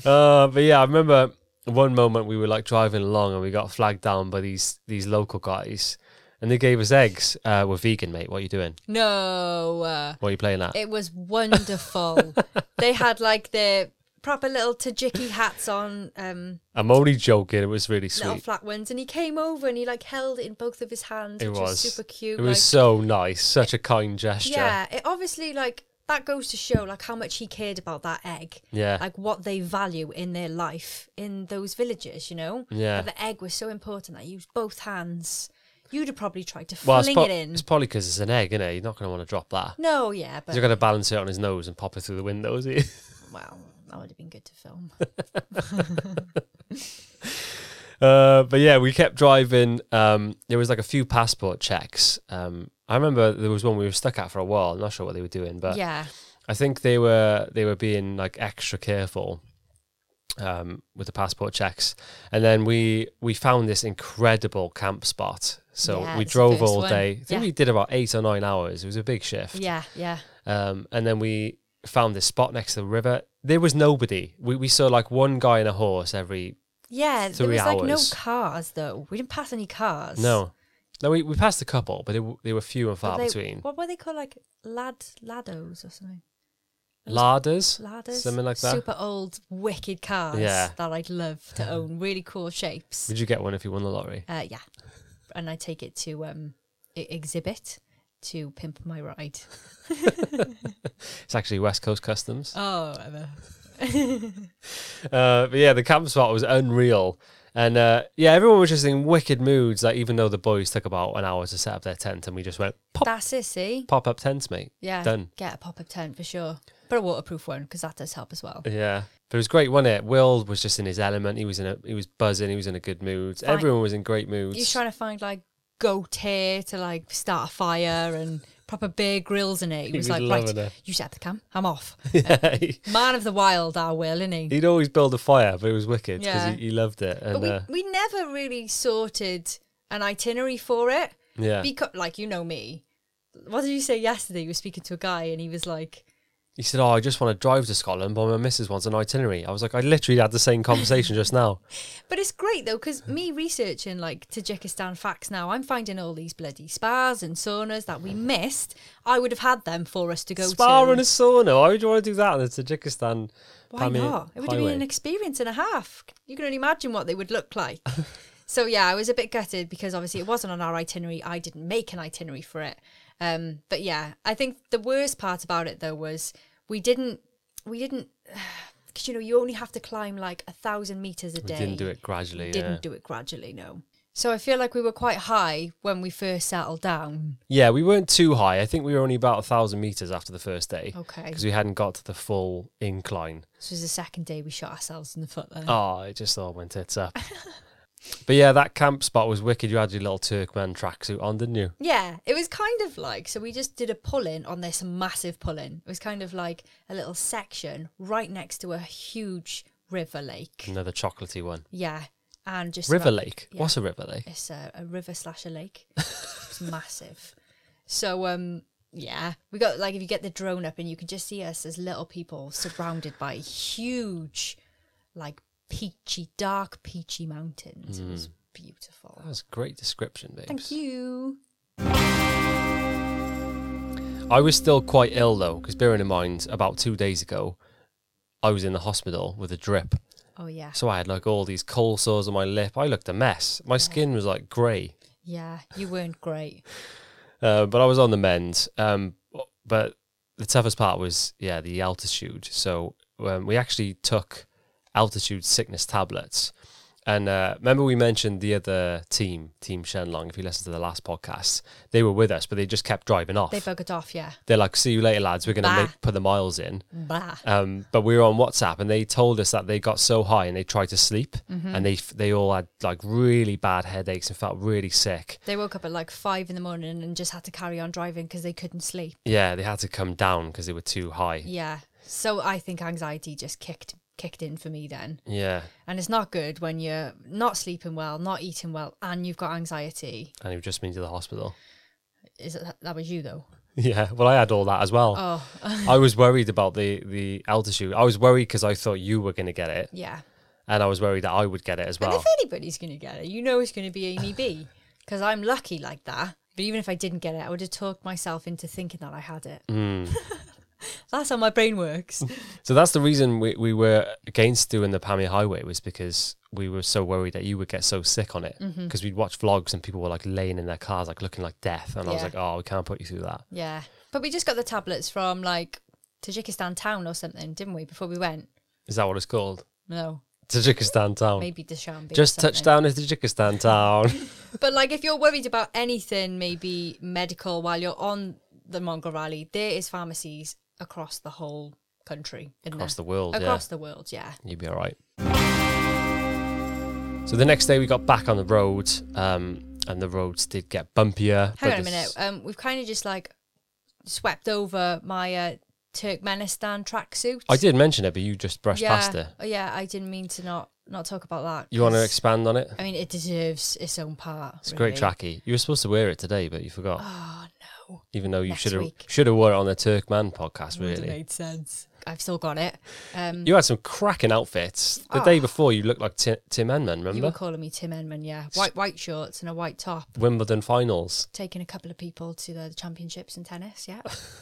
Speaker 1: Uh, but yeah, I remember one moment we were like driving along and we got flagged down by these these local guys, and they gave us eggs. Uh, we're vegan, mate. What are you doing?
Speaker 2: No, uh,
Speaker 1: What are you playing at?
Speaker 2: it was wonderful. they had like their proper little Tajiki hats on, um,
Speaker 1: I'm only joking. It was really
Speaker 2: little
Speaker 1: sweet.
Speaker 2: flat ones, and he came over and he like held it in both of his hands,
Speaker 1: It
Speaker 2: which
Speaker 1: was.
Speaker 2: super cute.
Speaker 1: It was so nice. Such a kind
Speaker 2: like,
Speaker 1: gesture.
Speaker 2: yeah, it obviously like that goes to show like how much he cared about that egg.
Speaker 1: Yeah.
Speaker 2: like what they value in their life in those villages, you know?
Speaker 1: Yeah.
Speaker 2: But the egg was so important that you used both hands. You'd have probably tried to
Speaker 1: Well, it's,
Speaker 2: fling
Speaker 1: po-
Speaker 2: it in.
Speaker 1: it's probably because it's an egg, isn't it? You're not going to want to drop that.
Speaker 2: No, yeah, but
Speaker 1: You're going to balance it on his nose and pop it through the window, is he?
Speaker 2: well, that would have been good to film.
Speaker 1: Uh, but yeah, we kept driving. Um, there was like a few passport checks. Um, I remember there was one we were stuck at for a while. I'm not sure what they were doing, but
Speaker 2: yeah,
Speaker 1: I think they were they were being like extra careful um, with the passport checks. And then we we found this incredible camp spot. So
Speaker 2: Yeah,
Speaker 1: we
Speaker 2: it's the
Speaker 1: drove
Speaker 2: first
Speaker 1: all
Speaker 2: one.
Speaker 1: day. I think
Speaker 2: Yeah.
Speaker 1: we did about eight or nine hours. It was a big shift.
Speaker 2: yeah, yeah.
Speaker 1: Um, and then we found this spot next to the river. There was nobody. We we saw like one guy and a horse every
Speaker 2: Yeah, there
Speaker 1: Three
Speaker 2: was like no
Speaker 1: hours.
Speaker 2: cars though. We didn't pass any cars.
Speaker 1: No, no, we, we passed a couple, but they, w- they were few and
Speaker 2: But
Speaker 1: far
Speaker 2: they-
Speaker 1: between.
Speaker 2: What were they called? Like lad laddos or something.
Speaker 1: Larders,
Speaker 2: Ladders,
Speaker 1: something like that.
Speaker 2: Super old, wicked cars
Speaker 1: Yeah.
Speaker 2: that I'd love to own. Really cool shapes.
Speaker 1: Would you get one if you won the lottery?
Speaker 2: Uh, yeah, and I take it to um, e- exhibit to pimp my ride.
Speaker 1: It's actually West Coast Customs.
Speaker 2: Oh, whatever.
Speaker 1: Uh, but yeah, the camp spot was unreal, and uh, yeah, everyone was just in wicked moods. Like even though the boys took about an hour to set up their tent, and we just went pop
Speaker 2: That's it. See,
Speaker 1: pop up tents, mate.
Speaker 2: yeah,
Speaker 1: Done.
Speaker 2: Get a pop up tent for sure, but a waterproof one because that does help as well.
Speaker 1: Yeah. But it was great, wasn't it? Will was just in his element. He was in a he was buzzing. He was in a good mood.
Speaker 2: Fine.
Speaker 1: Everyone was in great moods.
Speaker 2: You're trying to find like goat hair to like start a fire and proper bear grills in it. He,
Speaker 1: He
Speaker 2: was,
Speaker 1: was
Speaker 2: like, right,
Speaker 1: loving it. eh?"
Speaker 2: you set up the camp. I'm off.
Speaker 1: yeah, he,
Speaker 2: Man of the wild, I will, innit? he?
Speaker 1: would always build a fire, but it was wicked because
Speaker 2: Yeah.
Speaker 1: he, he loved it. And
Speaker 2: but we,
Speaker 1: uh,
Speaker 2: we never really sorted an itinerary for it
Speaker 1: yeah,
Speaker 2: because, like, you know me. What did you say yesterday? You were speaking to a guy and he was like,
Speaker 1: He said, "Oh, I just want to drive to Scotland, but my missus wants an itinerary." I was like, "I literally had the same conversation just now."
Speaker 2: But it's great though, because me researching like Tajikistan facts now, I'm finding all these bloody spas and saunas that we missed. I would have had them for us to go
Speaker 1: Spa
Speaker 2: to.
Speaker 1: and a sauna. Why would you want to do that in the Tajikistan?
Speaker 2: Why
Speaker 1: Pamir
Speaker 2: not? It would have
Speaker 1: highway?
Speaker 2: been an experience and a half. You can only imagine what they would look like. so yeah, I was a bit gutted because obviously it wasn't on our itinerary. I didn't make an itinerary for it. Um, but yeah, I think the worst part about it though was we didn't, we didn't, because you know you only have to climb like a thousand meters a
Speaker 1: We
Speaker 2: day.
Speaker 1: didn't do it gradually.
Speaker 2: Didn't
Speaker 1: yeah.
Speaker 2: do it gradually, no. So I feel like we were quite high when we first settled down.
Speaker 1: yeah, we weren't too high. I think we were only about a thousand meters after the first day
Speaker 2: Okay,
Speaker 1: because we hadn't got to the full incline.
Speaker 2: this was the second day we shot ourselves in the foot. Then.
Speaker 1: Oh, it just all went tits up. but yeah, that camp spot was wicked. You had your little Turkmen tracksuit on, didn't you?
Speaker 2: Yeah, it was kind of like so we just did a pull in on this massive pull in. It was kind of like a little section right next to a huge river lake.
Speaker 1: Another chocolatey one.
Speaker 2: Yeah, and just
Speaker 1: Mm. River
Speaker 2: about-
Speaker 1: lake. What's a river lake?
Speaker 2: It's a, a river slash a lake. it's massive. So um yeah, we got like if you get the drone up and you can just see us as little people surrounded by huge, like peachy, dark peachy mountains. It was beautiful.
Speaker 1: That was a great description, babes.
Speaker 2: Thank you.
Speaker 1: I was still quite ill though, because bearing in mind, about two days ago, I was in the hospital with a drip.
Speaker 2: Oh yeah.
Speaker 1: So I had like all these cold sores on my lip. I looked a mess. My skin was like grey,
Speaker 2: Yeah, you weren't great.
Speaker 1: uh, but I was on the mend. Um, but the toughest part was, yeah, the altitude. So um, we actually took altitude sickness tablets. And uh, remember, we mentioned the other team, Team Shenlong, if you listen to the last podcast, they were with us, but they just kept driving off.
Speaker 2: They buggered off, yeah.
Speaker 1: They're like, see you later, lads. We're going
Speaker 2: Bah.
Speaker 1: to make put the miles in.
Speaker 2: Bah.
Speaker 1: Um, but we were on WhatsApp, and they told us that they got so high and they tried to sleep, and they f- they all had like really bad headaches and felt really sick.
Speaker 2: They woke up at like five in the morning and just had to carry on driving because they couldn't sleep.
Speaker 1: Yeah, they had to come down because they were too high.
Speaker 2: Yeah. So I think anxiety just kicked kicked in for me then.
Speaker 1: Yeah,
Speaker 2: And it's not good when you're not sleeping well, not eating well, and you've got anxiety.
Speaker 1: and it just been to the hospital.
Speaker 2: Is that, that was you though?
Speaker 1: Yeah, well, I had all that as well.
Speaker 2: Oh,
Speaker 1: I was worried about the the altitude. I was worried because I thought you were going to get it,
Speaker 2: yeah.
Speaker 1: and I was worried that I would get it as
Speaker 2: And
Speaker 1: well.
Speaker 2: if anybody's going to get it, you know it's going to be Amy B because I'm lucky like that. But even if I didn't get it, I would have talked myself into thinking that I had it.
Speaker 1: Hmm.
Speaker 2: That's how my brain works.
Speaker 1: So that's the reason we, we were against doing the Pamir Highway was because we were so worried that you would get so sick on it
Speaker 2: Mm-hmm.
Speaker 1: because we'd watch vlogs and people were like laying in their cars like looking like death and I was
Speaker 2: Yeah.
Speaker 1: like oh we can't put you through that
Speaker 2: yeah. But we just got the tablets from like Tajikistan town or something, didn't we, before we went?
Speaker 1: is that what it's called
Speaker 2: No.
Speaker 1: Tajikistan town.
Speaker 2: maybe Dushanbe. or
Speaker 1: Oh. Just
Speaker 2: something.
Speaker 1: touched down in Tajikistan town.
Speaker 2: But like, if you're worried about anything, maybe medical, while you're on the Mongol Rally, there is pharmacies across the whole country. isn't
Speaker 1: Across the
Speaker 2: there?
Speaker 1: world,
Speaker 2: Across the world, yeah.
Speaker 1: yeah. You'd be all right. So the next day we got back on the road, um, and the roads did get bumpier.
Speaker 2: Hang on
Speaker 1: but
Speaker 2: a
Speaker 1: it's-
Speaker 2: minute. Um, we've kind of just like swept over my uh, Turkmenistan tracksuit.
Speaker 1: I did mention it, but you just brushed
Speaker 2: yeah,
Speaker 1: past it.
Speaker 2: Oh, Yeah, I didn't mean to not not talk about that.
Speaker 1: You want to
Speaker 2: 'cause,
Speaker 1: expand on it?
Speaker 2: I mean, it deserves its own part.
Speaker 1: It's a
Speaker 2: really.
Speaker 1: great trackie. You were supposed to wear it today, but you forgot.
Speaker 2: Oh no,
Speaker 1: even though you
Speaker 2: next
Speaker 1: should have
Speaker 2: week.
Speaker 1: should have wore it on the Turkman podcast.
Speaker 2: Would've
Speaker 1: Really,
Speaker 2: made sense. I've still got it. Um,
Speaker 1: you had some cracking outfits. The day before, you looked like Ti- Tim
Speaker 2: Ah.
Speaker 1: Henman.
Speaker 2: you were
Speaker 1: Remember
Speaker 2: calling me Tim Enman, yeah. White white shorts and a white top.
Speaker 1: Wimbledon finals?
Speaker 2: taking a couple of people to the championships in tennis. Yeah.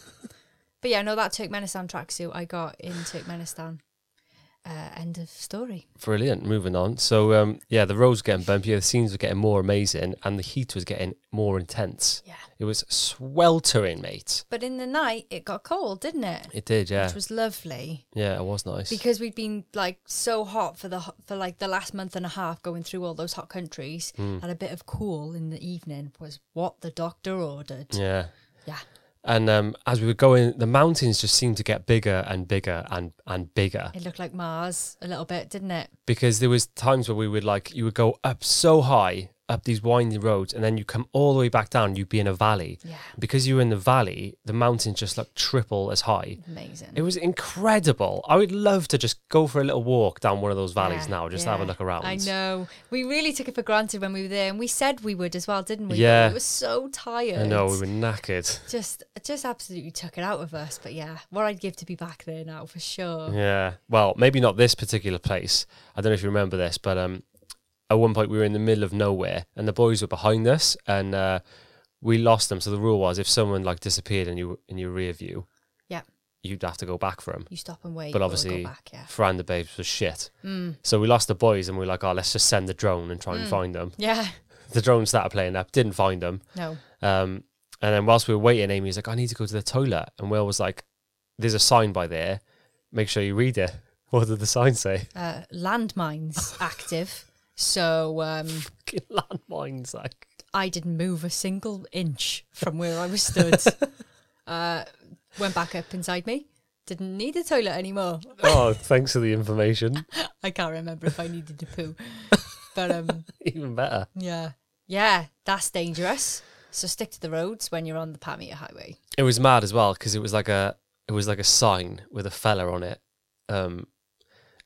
Speaker 2: but yeah, no, that Turkmenistan tracksuit I got in Turkmenistan. Uh, end of story.
Speaker 1: Brilliant. Moving on. So um, yeah, the roads were getting bumpier, the scenes were getting more amazing, and the heat was getting more intense.
Speaker 2: Yeah.
Speaker 1: It was sweltering, mate.
Speaker 2: But in the night, it got cold, didn't it?
Speaker 1: It did, yeah,
Speaker 2: Which was lovely
Speaker 1: yeah. It was nice.
Speaker 2: because we'd been like so hot for the ho- for like the last month and a half going through all those hot countries,
Speaker 1: Hmm.
Speaker 2: and a bit of cool in the evening was what the doctor ordered.
Speaker 1: yeah.
Speaker 2: Yeah.
Speaker 1: And um, as we were going, the mountains just seemed to get bigger and bigger and, and bigger.
Speaker 2: It looked like Mars a little bit, didn't it?
Speaker 1: because there was times where we would like you would go up so high up these winding roads and then you come all the way back down you'd be in a valley
Speaker 2: Yeah.
Speaker 1: because you were in the valley the mountains just like triple as high
Speaker 2: Amazing.
Speaker 1: it was incredible i would love to just go for a little walk down one of those valleys
Speaker 2: Yeah,
Speaker 1: now just
Speaker 2: yeah.
Speaker 1: have a look around
Speaker 2: I know. We really took it for granted when we were there, and we said we would as well, didn't we? But
Speaker 1: Yeah.
Speaker 2: We were so tired.
Speaker 1: i know we were knackered
Speaker 2: Just, just absolutely took it out of us. But yeah, what I'd give to be back there now for sure.
Speaker 1: yeah well maybe not this particular place i don't know if you remember this but um at one point we were in the middle of nowhere and the boys were behind us and uh we lost them so the rule was if someone like disappeared in your in your rear view
Speaker 2: Yeah.
Speaker 1: you'd have to go back for him.
Speaker 2: You stop and wait.
Speaker 1: But
Speaker 2: or
Speaker 1: obviously,
Speaker 2: go back, yeah.
Speaker 1: Fran the Babes was shit. So we lost the boys and we were like, oh, let's just send the drone and try and find them.
Speaker 2: Yeah.
Speaker 1: The drone started playing up, didn't find them.
Speaker 2: No.
Speaker 1: Um, and then whilst we were waiting, Amy was like, I need to go to the toilet. And Will was like, there's a sign by there. Make sure you read it. What did the sign say?
Speaker 2: Uh, landmines active. So um,
Speaker 1: Fucking landmines. Like,
Speaker 2: I didn't move a single inch from where I was stood. uh, went back up inside me. Didn't need a toilet anymore.
Speaker 1: oh, thanks for the information.
Speaker 2: I can't remember if I needed to poo. But um,
Speaker 1: Even better.
Speaker 2: Yeah. Yeah, that's dangerous. So stick to the roads when you're on the Pamir Highway.
Speaker 1: It was mad as well because it was like a it was like a sign with a fella on it, um,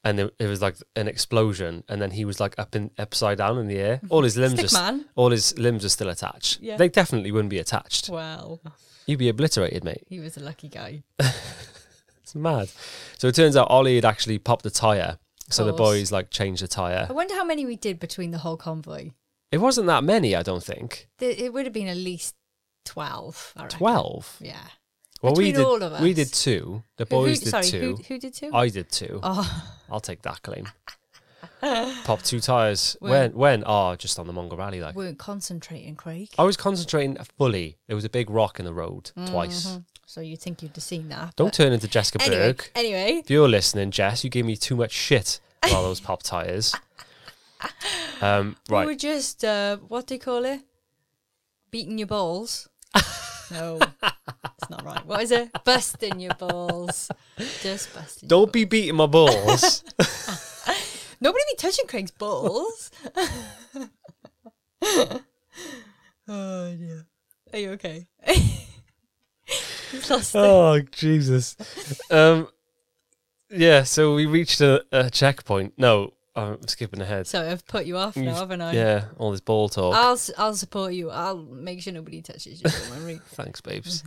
Speaker 1: and it, it was like an explosion, and then he was like up in upside down in the air. All his limbs
Speaker 2: Stick
Speaker 1: are s-
Speaker 2: man.
Speaker 1: all his limbs are still attached.
Speaker 2: Yeah.
Speaker 1: They definitely wouldn't be attached.
Speaker 2: Well,
Speaker 1: You'd be obliterated, mate.
Speaker 2: he was a lucky guy.
Speaker 1: It's mad. So it turns out Ollie had actually popped the tire, so the
Speaker 2: Course.
Speaker 1: boys like changed the tire.
Speaker 2: I wonder how many we did between the whole convoy.
Speaker 1: It wasn't that many, I don't think.
Speaker 2: Th- It would have been at least 12. I reckon.
Speaker 1: Twelve.
Speaker 2: Yeah.
Speaker 1: Well, we
Speaker 2: Between
Speaker 1: did.
Speaker 2: all of
Speaker 1: We
Speaker 2: us.
Speaker 1: did two. The
Speaker 2: Who- who-
Speaker 1: boys did
Speaker 2: sorry,
Speaker 1: two.
Speaker 2: Who, who did two?
Speaker 1: I did too.
Speaker 2: Oh.
Speaker 1: I'll take that claim. Pop two tires. When?
Speaker 2: When?
Speaker 1: When? Oh, just on the Mongol Rally. Like
Speaker 2: weren't concentrating, Craig.
Speaker 1: I was concentrating fully. There was a big rock in the road
Speaker 2: Mm-hmm.
Speaker 1: twice.
Speaker 2: So you'd think you'd have seen that.
Speaker 1: Don't
Speaker 2: but-
Speaker 1: turn into Jessica
Speaker 2: Uh, Anyway, uh,
Speaker 1: Berg.
Speaker 2: anyway,
Speaker 1: If you're listening, Jess, you gave me too much shit about those pop tires. Um,
Speaker 2: we were
Speaker 1: right.
Speaker 2: just, uh, what do you call it? Beating your balls. no, it's not right. What is it? Busting your balls. Just busting.
Speaker 1: Don't be beating my balls.
Speaker 2: Nobody be touching Craig's balls. oh dear. Are you okay? He's lost it.
Speaker 1: oh Jesus. Um, yeah. So we reached a, a checkpoint. No, I'm skipping ahead.
Speaker 2: So I've put you off now, haven't I?
Speaker 1: Yeah, all this ball talk.
Speaker 2: I'll s- I'll support you. I'll make sure nobody touches you. Don't worry.
Speaker 1: Thanks, babes.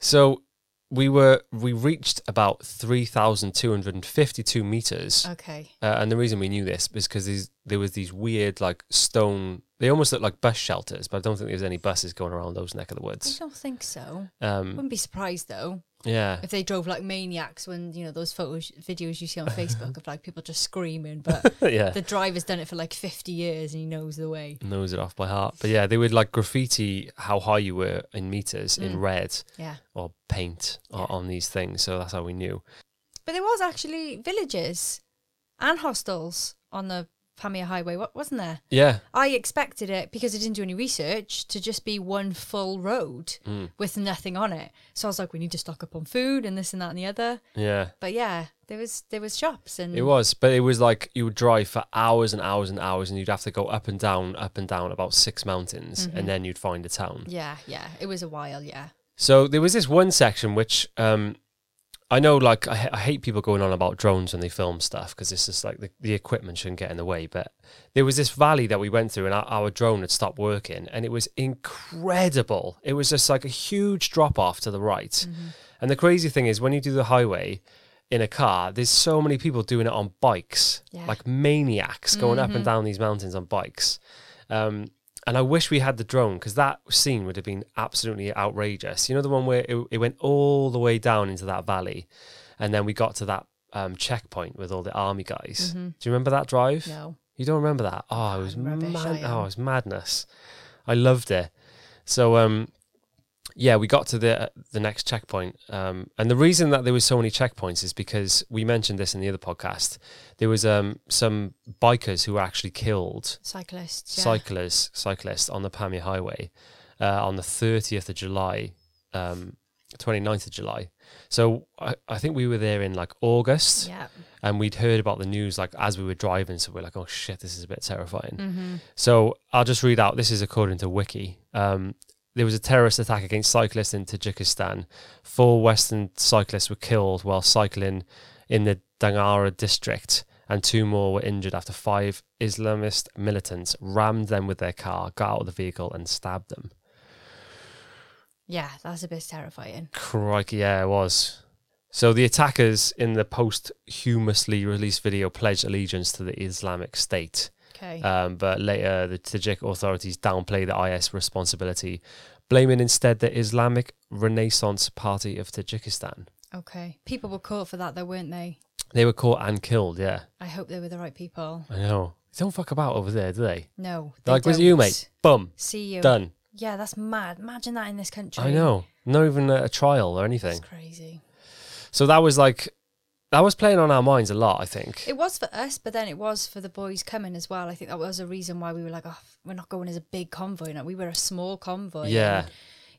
Speaker 1: so we were we reached about three thousand two hundred and fifty-two meters,
Speaker 2: okay.
Speaker 1: uh, and the reason we knew this was because these there was these weird like stone. They almost looked like bus shelters, but I don't think there was any buses going around those neck of the
Speaker 2: I
Speaker 1: woods.
Speaker 2: don't think so.
Speaker 1: Um,
Speaker 2: Wouldn't be surprised though.
Speaker 1: yeah,
Speaker 2: if they drove like maniacs when you know those photos videos you see on facebook of like people just screaming but
Speaker 1: yeah.
Speaker 2: the driver's done it for like 50 years and he knows the way
Speaker 1: Knows it off by heart, but yeah, they would like graffiti how high you were in meters in red
Speaker 2: yeah
Speaker 1: or paint or, on these things. So that's how we knew.
Speaker 2: but there was actually villages and hostels on the Pamir Highway, what wasn't there?
Speaker 1: Yeah.
Speaker 2: I expected it because I didn't do any research to just be one full road
Speaker 1: Mm.
Speaker 2: with nothing on it. So I was like, we need to stock up on food and this and that and the other.
Speaker 1: Yeah.
Speaker 2: But yeah, there was there was shops and
Speaker 1: It was, but it was like you would drive for hours and hours and hours, and you'd have to go up and down, up and down about six mountains, and then you'd find a town.
Speaker 2: yeah, yeah, it was a while. Yeah,
Speaker 1: So there was this one section which um, I know, like I, ha- I hate people going on about drones when they film stuff because it's just like the, the equipment shouldn't get in the way. But there was this valley that we went through, and our, our drone had stopped working, and it was incredible. It was just like a huge drop off to the right. And the crazy thing is, when you do the highway in a car, there's so many people doing it on bikes,
Speaker 2: Yeah.
Speaker 1: like maniacs going up and down these mountains on bikes. Um, and I wish we had the drone because that scene would have been absolutely outrageous. You know, the one where it, it went all the way down into that valley and then we got to that um, checkpoint with all the army guys.
Speaker 2: Mm-hmm.
Speaker 1: Do you remember that drive?
Speaker 2: no,
Speaker 1: You don't remember that? Oh, it was
Speaker 2: Rubbish,
Speaker 1: mad-
Speaker 2: I am.
Speaker 1: oh, it was madness. I loved it. So um, yeah, we got to the uh, the next checkpoint, um, and the reason that there was so many checkpoints is because we mentioned this in the other podcast. There was um some bikers who were actually killed,
Speaker 2: cyclists. Yeah.
Speaker 1: cyclists, cyclists on the Pamir Highway, uh, on the thirtieth of July, um, 29th of July. So I, I think we were there in like August
Speaker 2: yeah,
Speaker 1: and we'd heard about the news like as we were driving so we're like oh shit this is a bit terrifying
Speaker 2: hmm
Speaker 1: so i'll just read out this is according to wiki um, there was a terrorist attack against cyclists in tajikistan four western cyclists were killed while cycling in the dangara district and two more were injured after five islamist militants rammed them with their car got out of the vehicle and stabbed them
Speaker 2: yeah, that's a bit terrifying.
Speaker 1: Crikey, yeah, it was. So the attackers in the posthumously released video pledged allegiance to the Islamic State,
Speaker 2: Okay,
Speaker 1: um, but later the Tajik authorities downplayed the IS responsibility, blaming instead the Islamic Renaissance Party of Tajikistan.
Speaker 2: okay. People were caught for that, though, weren't they?
Speaker 1: They were caught and killed. Yeah,
Speaker 2: I hope they were the right people.
Speaker 1: I know. They don't fuck about over there, do they?
Speaker 2: No, they
Speaker 1: They're like, was you,
Speaker 2: don't.
Speaker 1: mate? Boom,
Speaker 2: See you.
Speaker 1: done.
Speaker 2: Yeah, that's mad. Imagine that in this country.
Speaker 1: I know. Not even a, a trial or
Speaker 2: It's
Speaker 1: anything.
Speaker 2: crazy.
Speaker 1: So that was like, that was playing on our minds a lot. I think.
Speaker 2: It was for us, but then it was for the boys coming as well. I think that was a reason why we were like, oh, we're not going as a big convoy. No, we were a small convoy.
Speaker 1: yeah.
Speaker 2: And,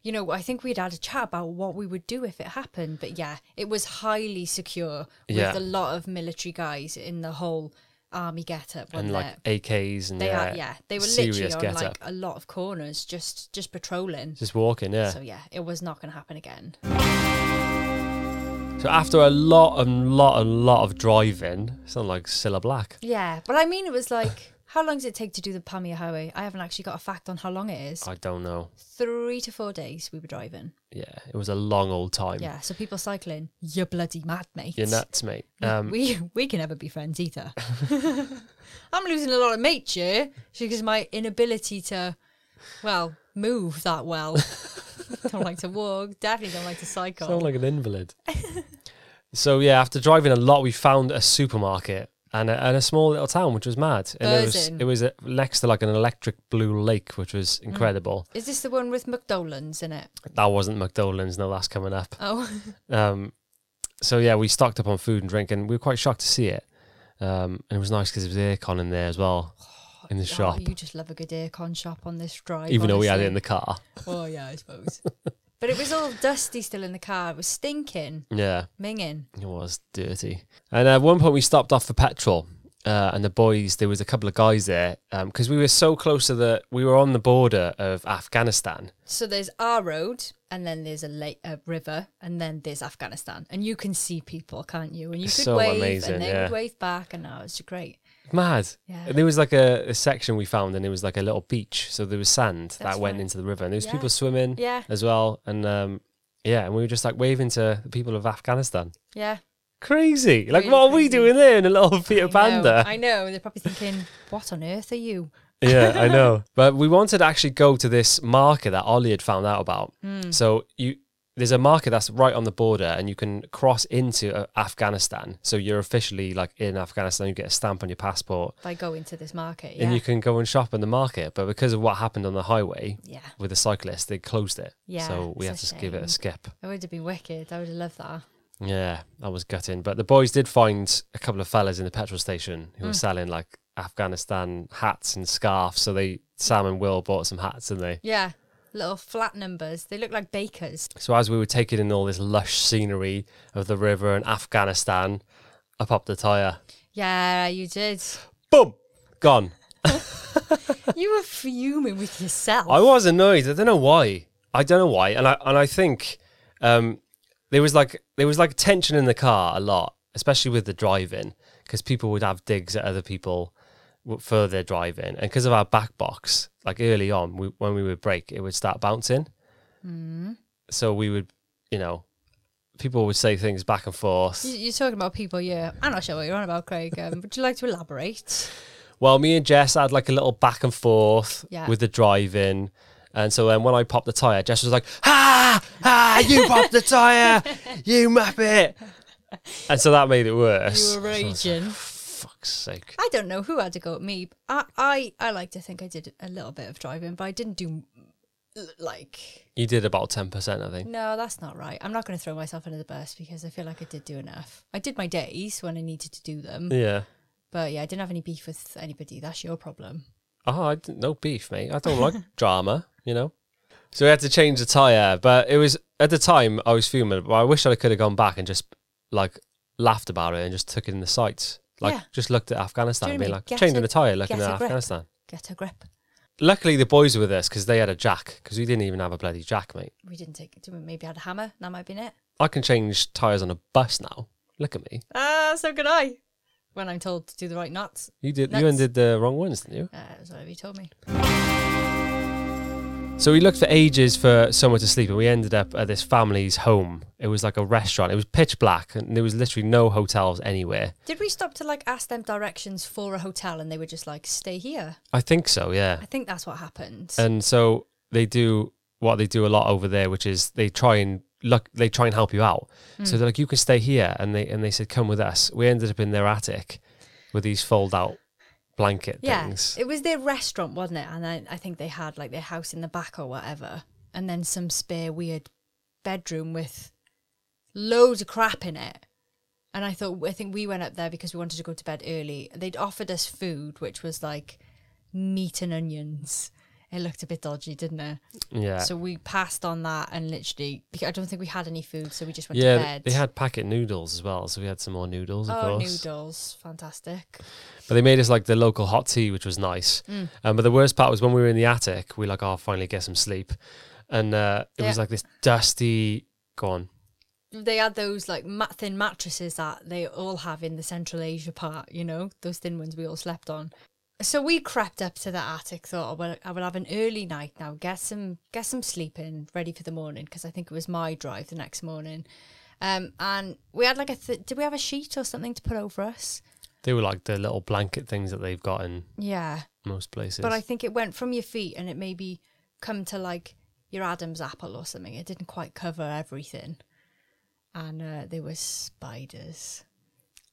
Speaker 2: you know, I think we'd had a chat about what we would do if it happened. But yeah, it was highly secure with
Speaker 1: Yeah.
Speaker 2: a lot of military guys in the whole army getup. wasn't
Speaker 1: and like
Speaker 2: it?
Speaker 1: AKs and
Speaker 2: they
Speaker 1: yeah,
Speaker 2: had, yeah, they were
Speaker 1: serious
Speaker 2: literally on
Speaker 1: getup.
Speaker 2: like a lot of corners just just patrolling.
Speaker 1: just walking. Yeah.
Speaker 2: So yeah, it was not going to happen again.
Speaker 1: So after a lot and lot and lot of driving, sound like Cilla Black.
Speaker 2: Yeah, but I mean, it was like, how long does it take to do the Pamir Highway? I haven't actually got a fact on how long it is.
Speaker 1: I don't know.
Speaker 2: Three to four days we were driving.
Speaker 1: Yeah, it was a long old time.
Speaker 2: Yeah, so people cycling, you're bloody mad, mate.
Speaker 1: You're nuts, mate. Um,
Speaker 2: we we can never be friends either. I'm losing a lot of mates here because of my inability to, well, move that well. don't like to walk. Definitely don't like to cycle.
Speaker 1: sound like an invalid. so yeah, after driving a lot, we found a supermarket and a, and a small little town, which was mad. And
Speaker 2: Buzzing. Mm.
Speaker 1: it was it was uh, next to like an electric blue lake, which was incredible.
Speaker 2: is this the one with McDolan's in it?
Speaker 1: That wasn't McDonald's. No, that's coming up.
Speaker 2: Oh,
Speaker 1: Um, so yeah, we stocked up on food and drink, and we were quite shocked to see it. Um, and it was nice because there was aircon in there as well, in the shop.
Speaker 2: oh, you just love a good aircon shop on this drive.
Speaker 1: Even though we had it
Speaker 2: honestly.
Speaker 1: in the car,
Speaker 2: Oh yeah, I suppose. but it was all dusty still in the car. It was stinking,
Speaker 1: yeah,
Speaker 2: minging.
Speaker 1: it was dirty. And at one point, we stopped off for petrol, uh, and the boys. There was a couple of guys there because we were so close to the. We were on the border of Afghanistan.
Speaker 2: So there's our road, and then there's a lake, a river, and then there's Afghanistan, and you can see people, can't you? And you could
Speaker 1: It's so
Speaker 2: wave,
Speaker 1: amazing,
Speaker 2: and they
Speaker 1: yeah.
Speaker 2: would wave back, and oh, it's great.
Speaker 1: Mad.
Speaker 2: Yeah.
Speaker 1: And there was like a, a section we found, and it was like a little beach. So there was sand that
Speaker 2: That's
Speaker 1: went
Speaker 2: right.
Speaker 1: into the river, and there was
Speaker 2: Yeah.
Speaker 1: people swimming.
Speaker 2: Yeah,
Speaker 1: as well. And um, yeah, and we were just like waving to the people of Afghanistan.
Speaker 2: yeah.
Speaker 1: Crazy. Like,
Speaker 2: Really
Speaker 1: what are we
Speaker 2: crazy.
Speaker 1: doing there in a little Peter Pan
Speaker 2: I know,
Speaker 1: there?
Speaker 2: I know. They're probably thinking, "What on earth are you?"
Speaker 1: yeah, I know. But we wanted to actually go to this market that Ollie had found out about.
Speaker 2: Hmm.
Speaker 1: So you there's a market that's right on the border and you can cross into uh, Afghanistan. So you're officially like in Afghanistan, you get a stamp on your passport
Speaker 2: By going to this market,
Speaker 1: and
Speaker 2: yeah,
Speaker 1: you can go and shop in the market. But because of what happened on the highway
Speaker 2: yeah.
Speaker 1: with the cyclist, they closed it.
Speaker 2: Yeah,
Speaker 1: so we
Speaker 2: it's
Speaker 1: had
Speaker 2: a
Speaker 1: to give it
Speaker 2: shame.
Speaker 1: a skip.
Speaker 2: That would have been wicked. I would have loved that.
Speaker 1: Yeah, that was gutting. But the boys did find a couple of fellas in the petrol station who were
Speaker 2: Hmm.
Speaker 1: selling like Afghanistan hats and scarves. So they, Sam and Will, bought some hats, didn't they?
Speaker 2: Yeah. Little flat numbers. They look like bakers.
Speaker 1: So as we were taking in all this lush scenery of the river and Afghanistan, I popped the tire.
Speaker 2: Yeah, you did.
Speaker 1: Boom, gone.
Speaker 2: You were fuming with yourself.
Speaker 1: I was annoyed. I don't know why. I don't know why. And I and I think um, there was like there was like tension in the car a lot, especially with the driving, because people would have digs at other people w- for their driving, and because of our back box, like early on we, when we would break, it would start bouncing. So we would, you know, people would say things back and forth.
Speaker 2: You- You're talking about people, yeah. I'm not sure what you're on about, Craig. Um, would you like to elaborate?
Speaker 1: Well, me and Jess had like a little back and forth
Speaker 2: Yeah.
Speaker 1: with the driving. And so then when I popped the tyre, Jess was like, ah, ah, you popped the tyre, you map it. And so that made it worse.
Speaker 2: You were
Speaker 1: So I was like,
Speaker 2: raging.
Speaker 1: Fuck's sake.
Speaker 2: I don't know who had to go at me. I, I, I like to think I did a little bit of driving, but I didn't do l- like.
Speaker 1: You did about 10%, I think.
Speaker 2: No, that's not right. I'm not going to throw myself under the bus because I feel like I did do enough. I did my days when I needed to do them,
Speaker 1: Yeah.
Speaker 2: but yeah, I didn't have any beef with anybody. That's your problem.
Speaker 1: Oh, I didn't, no beef, mate. I don't like drama, you know? So we had to change the tyre. But it was, at the time, I was fuming. But I wish I could have gone back and just like laughed about it and just took it in the sights. Like,
Speaker 2: Yeah.
Speaker 1: just looked at Afghanistan
Speaker 2: Do you
Speaker 1: and
Speaker 2: know
Speaker 1: being
Speaker 2: what I mean?
Speaker 1: like,
Speaker 2: Get
Speaker 1: changing
Speaker 2: a-
Speaker 1: the tyre, looking
Speaker 2: get
Speaker 1: at
Speaker 2: a grip.
Speaker 1: Afghanistan.
Speaker 2: Get a grip.
Speaker 1: Luckily, the boys were with us because they had a jack because we didn't even have a bloody jack, mate.
Speaker 2: We didn't take. did we Maybe I had a hammer. That might have been it.
Speaker 1: I can change tyres on a bus now. Look at me.
Speaker 2: Ah, so could I. When I'm told to do the right knots,
Speaker 1: You did. You
Speaker 2: Nuts.
Speaker 1: ended the wrong ones, didn't you?
Speaker 2: uh, that's whatever you told me.
Speaker 1: So we looked for ages for somewhere to sleep, and we ended up at this family's home. It was like a restaurant. It was pitch black, and there was literally no hotels anywhere.
Speaker 2: Did we stop to like ask them directions for a hotel and they were just like, stay here?
Speaker 1: I think so, yeah.
Speaker 2: I think that's what happened.
Speaker 1: And so they do what they do a lot over there, which is they try and look, they try and help you out.
Speaker 2: Hmm.
Speaker 1: So they're like, you can stay here, and they and they said, come with us. We ended up in their attic with these fold out blanket
Speaker 2: yeah,
Speaker 1: things.
Speaker 2: it was their restaurant, wasn't it? And I, I think they had like their house in the back or whatever, and then some spare weird bedroom with loads of crap in it. And I thought, I think we went up there because we wanted to go to bed early. They'd offered us food, which was like meat and onions. It looked a bit dodgy, didn't it?
Speaker 1: Yeah.
Speaker 2: So we passed on that and literally, because I don't think we had any food, so we just went
Speaker 1: yeah,
Speaker 2: to
Speaker 1: th-
Speaker 2: bed.
Speaker 1: they had packet noodles as well, so we had some more noodles, of
Speaker 2: oh,
Speaker 1: course.
Speaker 2: noodles, fantastic.
Speaker 1: But they made us like the local hot tea, which was nice. Um, but the worst part was when we were in the attic, we like, oh, finally get some sleep, and uh, it was
Speaker 2: Yeah.
Speaker 1: like this dusty. Go on.
Speaker 2: They had those like mat- thin mattresses that they all have in the Central Asia part, you know, those thin ones we all slept on. So we crept up to the attic, thought, oh, well, I will have an early night now, get some get some sleep in, ready for the morning, because I think it was my drive the next morning. Um, and we had like a, th- did we have a sheet or something to put over us?
Speaker 1: They were like the little blanket things that they've got in
Speaker 2: Yeah.
Speaker 1: most places.
Speaker 2: But I think it went from your feet and it maybe come to like your Adam's apple or something. It didn't quite cover everything. And uh, there were spiders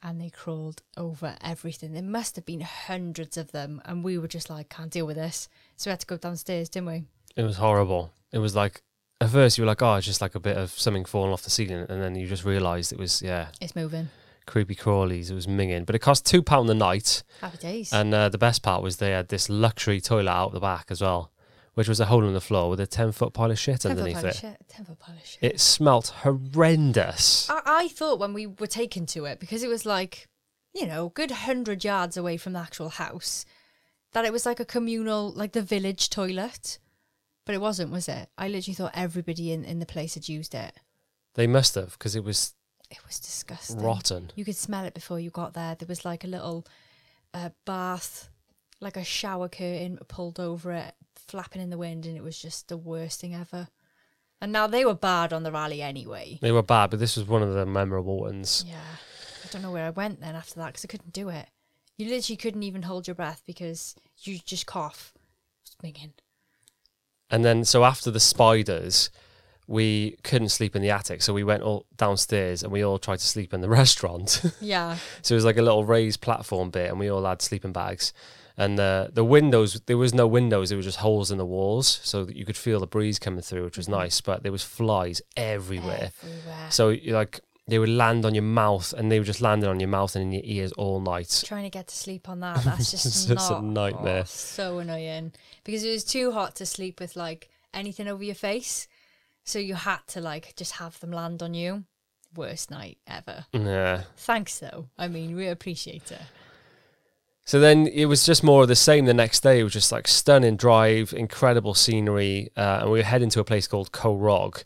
Speaker 2: and they crawled over everything. There must have been hundreds of them. And we were just like, can't deal with this. So we had to go downstairs, didn't we?
Speaker 1: It was horrible. It was like at first you were like, oh, it's just like a bit of something falling off the ceiling, and then you just realised it was yeah,
Speaker 2: It's moving.
Speaker 1: creepy crawlies. It was minging, but it cost two pound a night.
Speaker 2: Happy days.
Speaker 1: And uh, the best part was they had this luxury toilet out the back as well, which was a hole in the floor with a 10 foot pile of shit
Speaker 2: Temper
Speaker 1: underneath it.
Speaker 2: polish it. Temper polish it.
Speaker 1: It smelt horrendous.
Speaker 2: I, I thought when we were taken to it, because it was like, you know, good hundred yards away from the actual house, that it was like a communal, like the village toilet. But it wasn't, was it? I literally thought everybody in, in the place had used it.
Speaker 1: They must have, because it was
Speaker 2: It was disgusting.
Speaker 1: rotten.
Speaker 2: You could smell it before you got there. There was like a little uh, bath, like a shower curtain pulled over it, flapping in the wind, and it was just the worst thing ever. And now they were barred on the rally anyway.
Speaker 1: They were bad, but this was one of the memorable ones.
Speaker 2: Yeah. I don't know where I went then after that because I couldn't do it. You literally couldn't even hold your breath because you just cough. It's minging.
Speaker 1: And then, so after the spiders, we couldn't sleep in the attic. So we went all downstairs and we all tried to sleep in the restaurant.
Speaker 2: Yeah.
Speaker 1: So it was like a little raised platform bit, and we all had sleeping bags. And uh, the the windows, there was no windows; there were just holes in the walls, so that you could feel the breeze coming through, which was nice. But there was flies everywhere.
Speaker 2: Everywhere.
Speaker 1: So you like they would land on your mouth and they were just landing on your mouth and in your ears all night.
Speaker 2: Trying to get to sleep on that. That's just,
Speaker 1: It's
Speaker 2: not,
Speaker 1: just a nightmare.
Speaker 2: oh, so annoying because it was too hot to sleep with like anything over your face, so you had to like just have them land on you. Worst night ever.
Speaker 1: Yeah.
Speaker 2: Thanks though. I mean, we appreciate it.
Speaker 1: So then it was just more of the same the next day. It was just like stunning drive, incredible scenery. Uh, and we were heading to a place called Corog,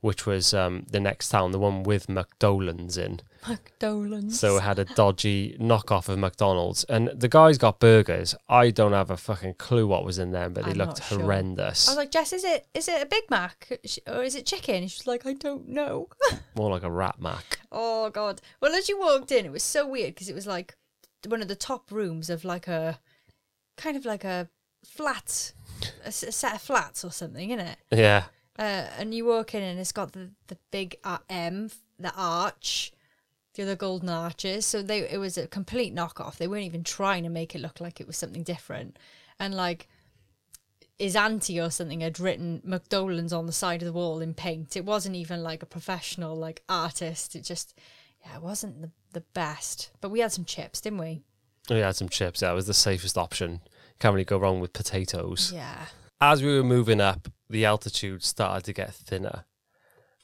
Speaker 1: which was um, the next town, the one with McDolan's in.
Speaker 2: McDolans.
Speaker 1: So it had a dodgy knockoff of McDonald's. And the guys got burgers. I don't have a fucking clue what was in them, but they
Speaker 2: I'm
Speaker 1: looked
Speaker 2: not sure.
Speaker 1: horrendous.
Speaker 2: I was like, Jess, is it is it a Big Mac Sh- or is it chicken? She's like, I don't know.
Speaker 1: more like a rat mac.
Speaker 2: oh god. Well, as you walked in, it was so weird because it was like one of the top rooms of like a kind of like a flat, a, s- a set of flats or something, innit?
Speaker 1: Yeah.
Speaker 2: Uh, and you walk in and it's got the the big uh, M, the arch, the other golden arches. So they it was a complete knockoff. They weren't even trying to make it look like it was something different. And like his auntie or something had written McDolan's on the side of the wall in paint. It wasn't even like a professional like artist. It just yeah, it wasn't the the best. But we had some chips, didn't we?
Speaker 1: We had some chips. That was the safest option. Can't really go wrong with potatoes.
Speaker 2: Yeah.
Speaker 1: as we were moving up, the altitude started to get thinner.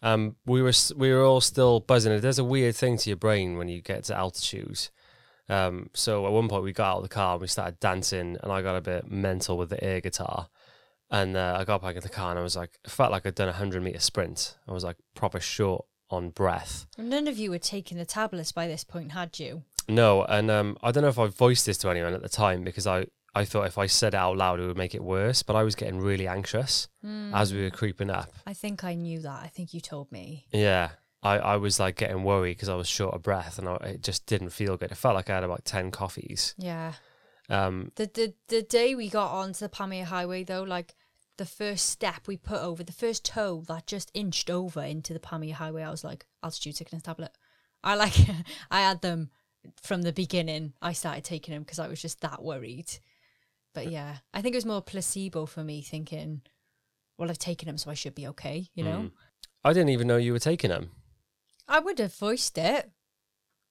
Speaker 1: Um, we were s- we were all still buzzing. There's a weird thing to your brain when you get to altitude. Um, so at one point we got out of the car and we started dancing, and I got a bit mental with the air guitar. And uh, I got back in the car and I was like, it felt like I'd done a hundred meter sprint. I was like proper short on breath.
Speaker 2: None of you were taking the tablets by this point, had you?
Speaker 1: No, and um, I don't know if I voiced this to anyone at the time because I, I thought if I said it out loud it would make it worse. But I was getting really anxious as we were creeping up.
Speaker 2: I think I knew that. I think you told me.
Speaker 1: Yeah. I, I was like getting worried because I was short of breath and I, it just didn't feel good. It felt like I had about 10 coffees.
Speaker 2: Yeah.
Speaker 1: Um,
Speaker 2: The the the day we got onto the Pamir Highway though, like the first step we put over, the first toe that just inched over into the Pamir Highway, I was like, altitude sickness tablet. I like I had them from the beginning. I started taking them because I was just that worried. But yeah, I think it was more placebo for me thinking, well, I've taken them, so I should be okay, you know?
Speaker 1: I didn't even know you were taking them.
Speaker 2: I would have voiced it.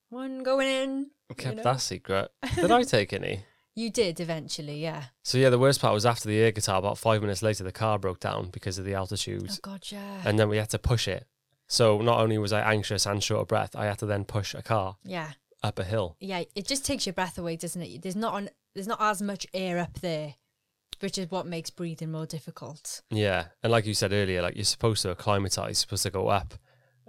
Speaker 2: One going in.
Speaker 1: Kept
Speaker 2: know?
Speaker 1: that secret. Did I take any?
Speaker 2: You did eventually, yeah.
Speaker 1: So, yeah, the worst part was after the air guitar, about five minutes later, the car broke down because of the altitude.
Speaker 2: Oh, God, yeah.
Speaker 1: And then we had to push it. So, not only was I anxious and short of breath, I had to then push a car
Speaker 2: yeah.
Speaker 1: up a hill.
Speaker 2: yeah, it just takes your breath away, doesn't it? There's not an, there's not as much air up there, which is what makes breathing more difficult.
Speaker 1: Yeah. And like you said earlier, like you're supposed to acclimatize, you're supposed to go up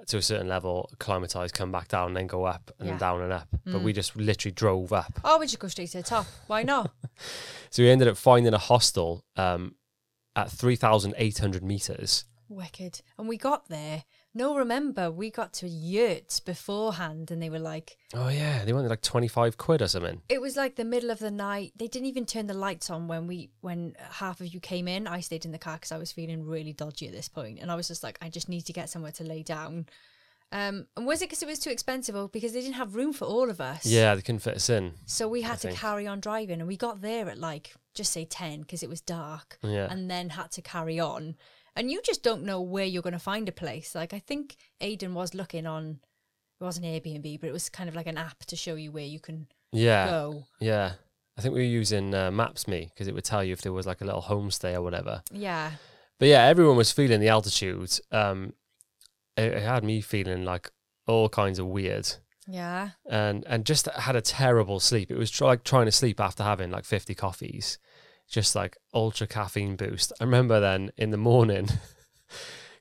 Speaker 1: to a certain level, acclimatize, come back down, then go up and then
Speaker 2: Yeah.
Speaker 1: down and up. But we just literally drove up.
Speaker 2: Oh, we just go straight to the top. Why not?
Speaker 1: So we ended up finding a hostel um, at 3,800 meters.
Speaker 2: Wicked. And we got there. No, remember we got to yurts beforehand, and they were like,
Speaker 1: Oh, yeah. They wanted like 25 quid or something.
Speaker 2: it was like the middle of the night. They didn't even turn the lights on when we when half of you came in. I stayed in the car because I was feeling really dodgy at this point, and I was just like, I just need to get somewhere to lay down. Um, and was it because it was too expensive, or because they didn't have room for all of us?
Speaker 1: Yeah, they couldn't fit us in.
Speaker 2: So we had to
Speaker 1: think.
Speaker 2: carry on driving, and we got there at like just say ten because it was dark,
Speaker 1: Yeah.
Speaker 2: and then had to carry on. And you just don't know where you're going to find a place. Like I think Aidan was looking on, it wasn't Airbnb, but it was kind of like an app to show you where you can
Speaker 1: Yeah.
Speaker 2: go.
Speaker 1: Yeah. I think we were using uh, MapsMe because it would tell you if there was like a little homestay or whatever.
Speaker 2: Yeah,
Speaker 1: But yeah, everyone was feeling the altitude. Um, it, it had me feeling like all kinds of weird.
Speaker 2: yeah,
Speaker 1: and and just had a terrible sleep. It was tr- like trying to sleep after having like 50 coffees, just like ultra caffeine boost. I remember then in the morning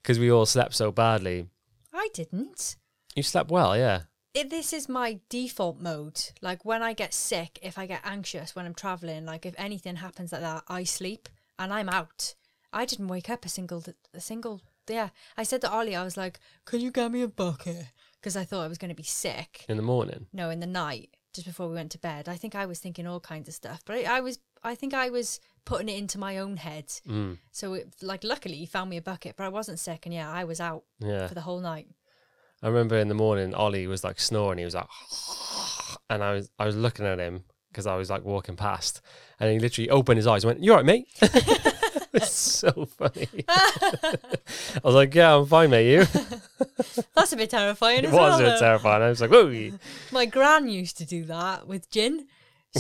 Speaker 1: because we all slept so badly.
Speaker 2: I didn't.
Speaker 1: You slept well, yeah.
Speaker 2: It, this is my default mode. Like when I get sick, if I get anxious when I'm traveling, like if anything happens like that, I sleep and I'm out. I didn't wake up a single, a single. Yeah, I said to Ollie, I was like, "Can you get me a bucket?" Because I thought I was going to be sick.
Speaker 1: In the morning,
Speaker 2: No, in the night, just before we went to bed, I think I was thinking all kinds of stuff. But I, I was, I think I was putting it into my own head.
Speaker 1: Mm.
Speaker 2: So, it, like, luckily, he found me a bucket, but I wasn't sick, and yeah, I was out
Speaker 1: yeah.
Speaker 2: for the whole night.
Speaker 1: I remember in the morning, Ollie was like snoring. He was like, and I was I was looking at him because I was like walking past, and he literally opened his eyes, and went, "You all right, mate?" It's so funny. I was like, yeah, I'm fine, mate. You?
Speaker 2: That's a bit terrifying
Speaker 1: It
Speaker 2: as
Speaker 1: was a
Speaker 2: well.
Speaker 1: bit
Speaker 2: though.
Speaker 1: terrifying. I was like, whoa.
Speaker 2: My gran used to do that with gin.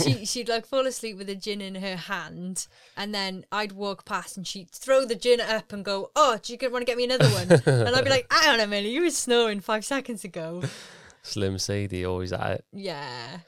Speaker 2: She she'd like fall asleep with a gin in her hand, and then I'd walk past and she'd throw the gin up and go, "Oh, do you want to get me another one?" And I'd be like, "Hang on a minute, you were snoring five seconds ago."
Speaker 1: Slim Sadie always at it.
Speaker 2: Yeah,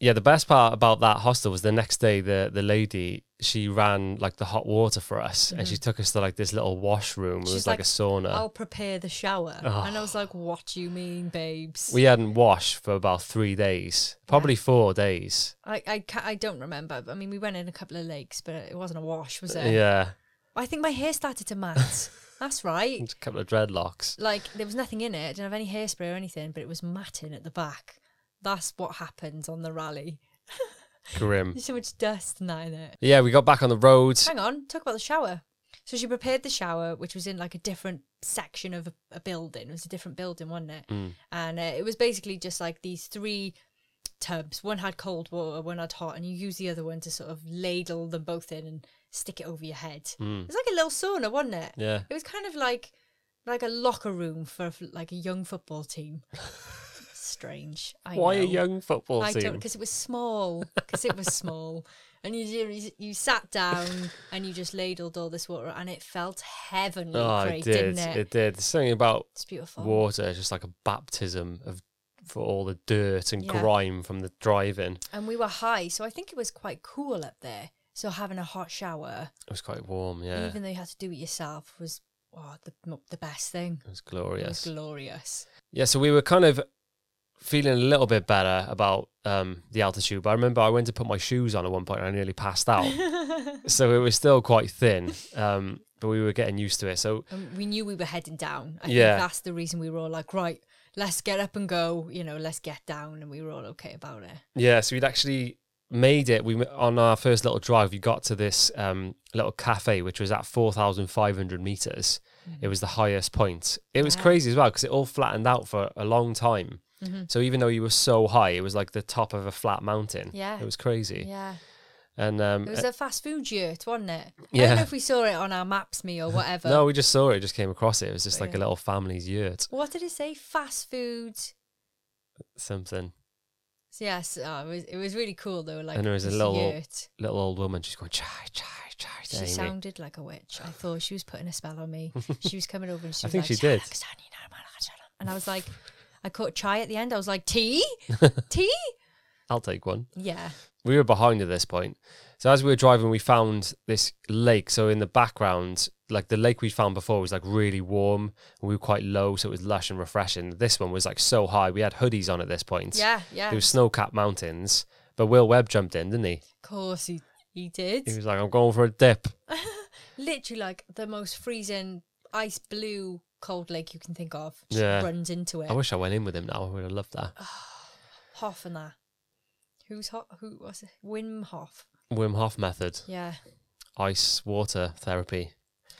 Speaker 1: Yeah, the best part about that hostel was the next day the the lady she ran like the hot water for us and she took us to like this little washroom. It
Speaker 2: Mm-hmm. She's
Speaker 1: was like,
Speaker 2: like, oh,
Speaker 1: a sauna.
Speaker 2: I'll prepare the shower, and I was like, "What do you mean, babes?"
Speaker 1: Ah. We hadn't washed for about three days, probably four days.
Speaker 2: I I, ca- I don't remember. I mean, we went in a couple of lakes, but it wasn't a wash, was it?
Speaker 1: Yeah,
Speaker 2: I think my hair started to mat. That's right.
Speaker 1: just a couple of dreadlocks.
Speaker 2: like there was nothing in it. I didn't have any hairspray or anything, but it was matting at the back. That's what happened on the rally.
Speaker 1: Grim.
Speaker 2: There's so much dust and that in it.
Speaker 1: Yeah, we got back on the road.
Speaker 2: Hang on, talk about the shower. So she prepared the shower, which was in like a different section of a, a building. It was a different building, wasn't it? And uh, it was basically just like these three tubs. One had cold water, one had hot, and you use the other one to sort of ladle them both in and stick it over your head. It was like a little sauna, wasn't it?
Speaker 1: Yeah,
Speaker 2: It was kind of like like a locker room for f- like a young football team. Strange. I
Speaker 1: why
Speaker 2: know.
Speaker 1: a young football
Speaker 2: I don't
Speaker 1: team?
Speaker 2: because it was small. Because it was small, and you, you you sat down and you just ladled all this water, and it felt heavenly,
Speaker 1: Oh,
Speaker 2: great,
Speaker 1: it did.
Speaker 2: not it? Oh.
Speaker 1: It did. There's Something about
Speaker 2: It's beautiful.
Speaker 1: water, it's just like a baptism of for all the dirt and
Speaker 2: Yeah.
Speaker 1: grime from the driving. It
Speaker 2: And we were high, so I think it was quite cool up there. So having a hot shower,
Speaker 1: was quite warm. Yeah,
Speaker 2: even though you had to do it yourself, was oh, the mo- the best thing.
Speaker 1: it was
Speaker 2: It
Speaker 1: glorious.
Speaker 2: was glorious.
Speaker 1: Yeah, so we were kind of feeling a little bit better about um, the altitude, but I remember I went to put my shoes on at one point and I nearly passed out. so it was still quite thin, um, but we were getting used to it. So
Speaker 2: And we knew we were heading down. I
Speaker 1: Yeah.
Speaker 2: think that's the reason we were all like, right, let's get up and go. You know, let's get down, and we were all okay about it.
Speaker 1: yeah, so we'd actually made it. We w- on our first little drive, we got to this um, little cafe which was at four thousand five hundred meters. It was the highest point. It was
Speaker 2: Wow.
Speaker 1: crazy as well because it all flattened out for a long time.
Speaker 2: Mm-hmm.
Speaker 1: So even though you were so high, it was like the top of a flat mountain.
Speaker 2: Yeah.
Speaker 1: it was crazy.
Speaker 2: Yeah,
Speaker 1: And um,
Speaker 2: it was a fast food yurt, wasn't it? I
Speaker 1: Yeah.
Speaker 2: don't know if we saw it on our maps, me or whatever.
Speaker 1: No, we just saw it. Just came across it. It was just like a little family's yurt,
Speaker 2: What did it say? Fast food.
Speaker 1: something.
Speaker 2: So yes, oh, it was. It was really cool though. Like
Speaker 1: And there was a
Speaker 2: this
Speaker 1: little-
Speaker 2: yurt.
Speaker 1: Little old woman. She's going chai chai chai. to
Speaker 2: She
Speaker 1: Amy.
Speaker 2: sounded like a witch. I thought she was putting a spell on me. She was coming over and she
Speaker 1: I
Speaker 2: was
Speaker 1: think
Speaker 2: like,
Speaker 1: she
Speaker 2: "Shut up,
Speaker 1: did.
Speaker 2: 'cause I need no man, shut up." And I was like, I caught chai at the end. I was like, tea, tea.
Speaker 1: I'll take one.
Speaker 2: Yeah,
Speaker 1: We were behind at this point. So as we were driving, we found this lake. So in the background, like the lake we found before was like really warm. We were quite low, so it was lush and refreshing. This one was like so high. We had hoodies on at this point.
Speaker 2: yeah, yeah.
Speaker 1: It was snow-capped mountains. But Will Webb jumped in, didn't he?
Speaker 2: Of course he, he did.
Speaker 1: He was like, "I'm going for a dip."
Speaker 2: Literally like the most freezing ice blue cold lake you can think of. Just
Speaker 1: Yeah.
Speaker 2: runs into it.
Speaker 1: I wish I went in with him now. I would have loved that.
Speaker 2: Hoff and that. Who's hot? Who was it? Wim Hof.
Speaker 1: Wim Hof method,
Speaker 2: Yeah.
Speaker 1: ice water therapy.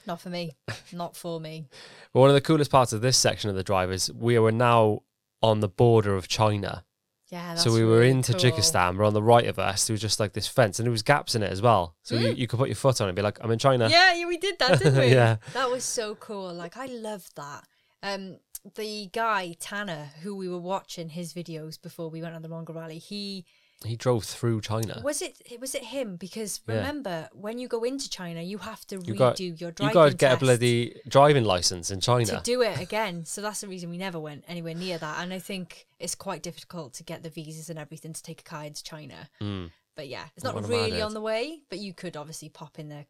Speaker 2: Not for me. Not for me.
Speaker 1: But one of the coolest parts of this section of the drive is we were now on the border of China.
Speaker 2: Yeah. That's
Speaker 1: so we were
Speaker 2: really
Speaker 1: in
Speaker 2: cool.
Speaker 1: Tajikistan, but on the right of us, there was just like this fence and there was gaps in it as well. So you, you could put your foot on it and be like, I'm in China.
Speaker 2: Mm. Yeah, yeah, we did that, didn't we?
Speaker 1: Yeah.
Speaker 2: That was so cool. Like I loved that. Um the guy, Tanner, who we were watching his videos before we went on the Mongol Rally, he
Speaker 1: He drove through China.
Speaker 2: Was it was it him? Because
Speaker 1: Yeah.
Speaker 2: remember, when you go into China, you have to
Speaker 1: You
Speaker 2: redo
Speaker 1: got-
Speaker 2: your
Speaker 1: You
Speaker 2: driving
Speaker 1: got to get
Speaker 2: test
Speaker 1: a bloody driving license in
Speaker 2: to
Speaker 1: China.
Speaker 2: do it again. So that's the reason we never went anywhere near that. And I think it's quite difficult to get the visas and everything to take a car into China.
Speaker 1: Mm.
Speaker 2: But yeah, it's
Speaker 1: Not
Speaker 2: not
Speaker 1: one of mine
Speaker 2: really
Speaker 1: is.
Speaker 2: on the way. But you could obviously pop in there.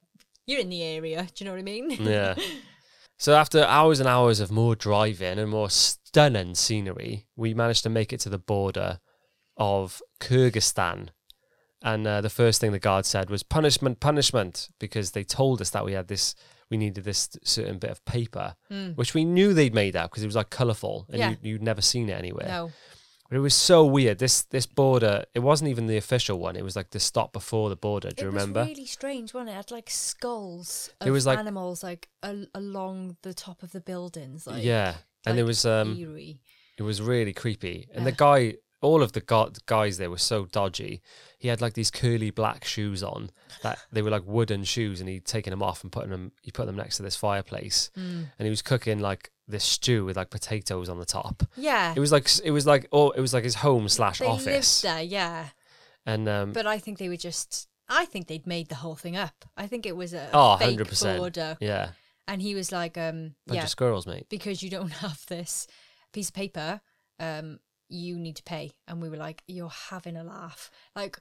Speaker 2: You're in the area. Do you know what I mean?
Speaker 1: yeah. So after hours and hours of more driving and more stunning scenery, we managed to make it to the border of Kyrgyzstan. And uh, the first thing the guard said was punishment, punishment, because they told us that we had this, we needed this certain bit of paper, which we knew they'd made up because it was like colourful and
Speaker 2: Hmm. Yeah.
Speaker 1: you, you'd never seen it anywhere.
Speaker 2: No.
Speaker 1: But it was so weird. This this border, it wasn't even the official one. It was like the stop before the border. Do you
Speaker 2: it
Speaker 1: remember?
Speaker 2: was really strange, wasn't it? It had like skulls
Speaker 1: It
Speaker 2: of
Speaker 1: was like-
Speaker 2: animals like al- along the top of the buildings. Like,
Speaker 1: yeah. and there
Speaker 2: like
Speaker 1: was um,
Speaker 2: eerie.
Speaker 1: It was really creepy. And the guy all of the go- guys there were so dodgy. He had like these curly black shoes on that they were like wooden shoes, and he'd taken them off and putting them. He put them next to this fireplace,
Speaker 2: Mm.
Speaker 1: and he was cooking like this stew with like potatoes on the top.
Speaker 2: Yeah.
Speaker 1: It was like it was like oh, it was like his home slash
Speaker 2: they lived
Speaker 1: office,
Speaker 2: there, yeah.
Speaker 1: and um,
Speaker 2: But I think they were just. I think they'd made the whole thing up. I think it was a
Speaker 1: oh,
Speaker 2: fake
Speaker 1: 100%.
Speaker 2: border,
Speaker 1: yeah,
Speaker 2: and he was like, um,
Speaker 1: bunch
Speaker 2: "Yeah,
Speaker 1: of squirrels, mate.
Speaker 2: because you don't have this piece of paper, um, you need to pay." And we were like, "You're having a laugh." Like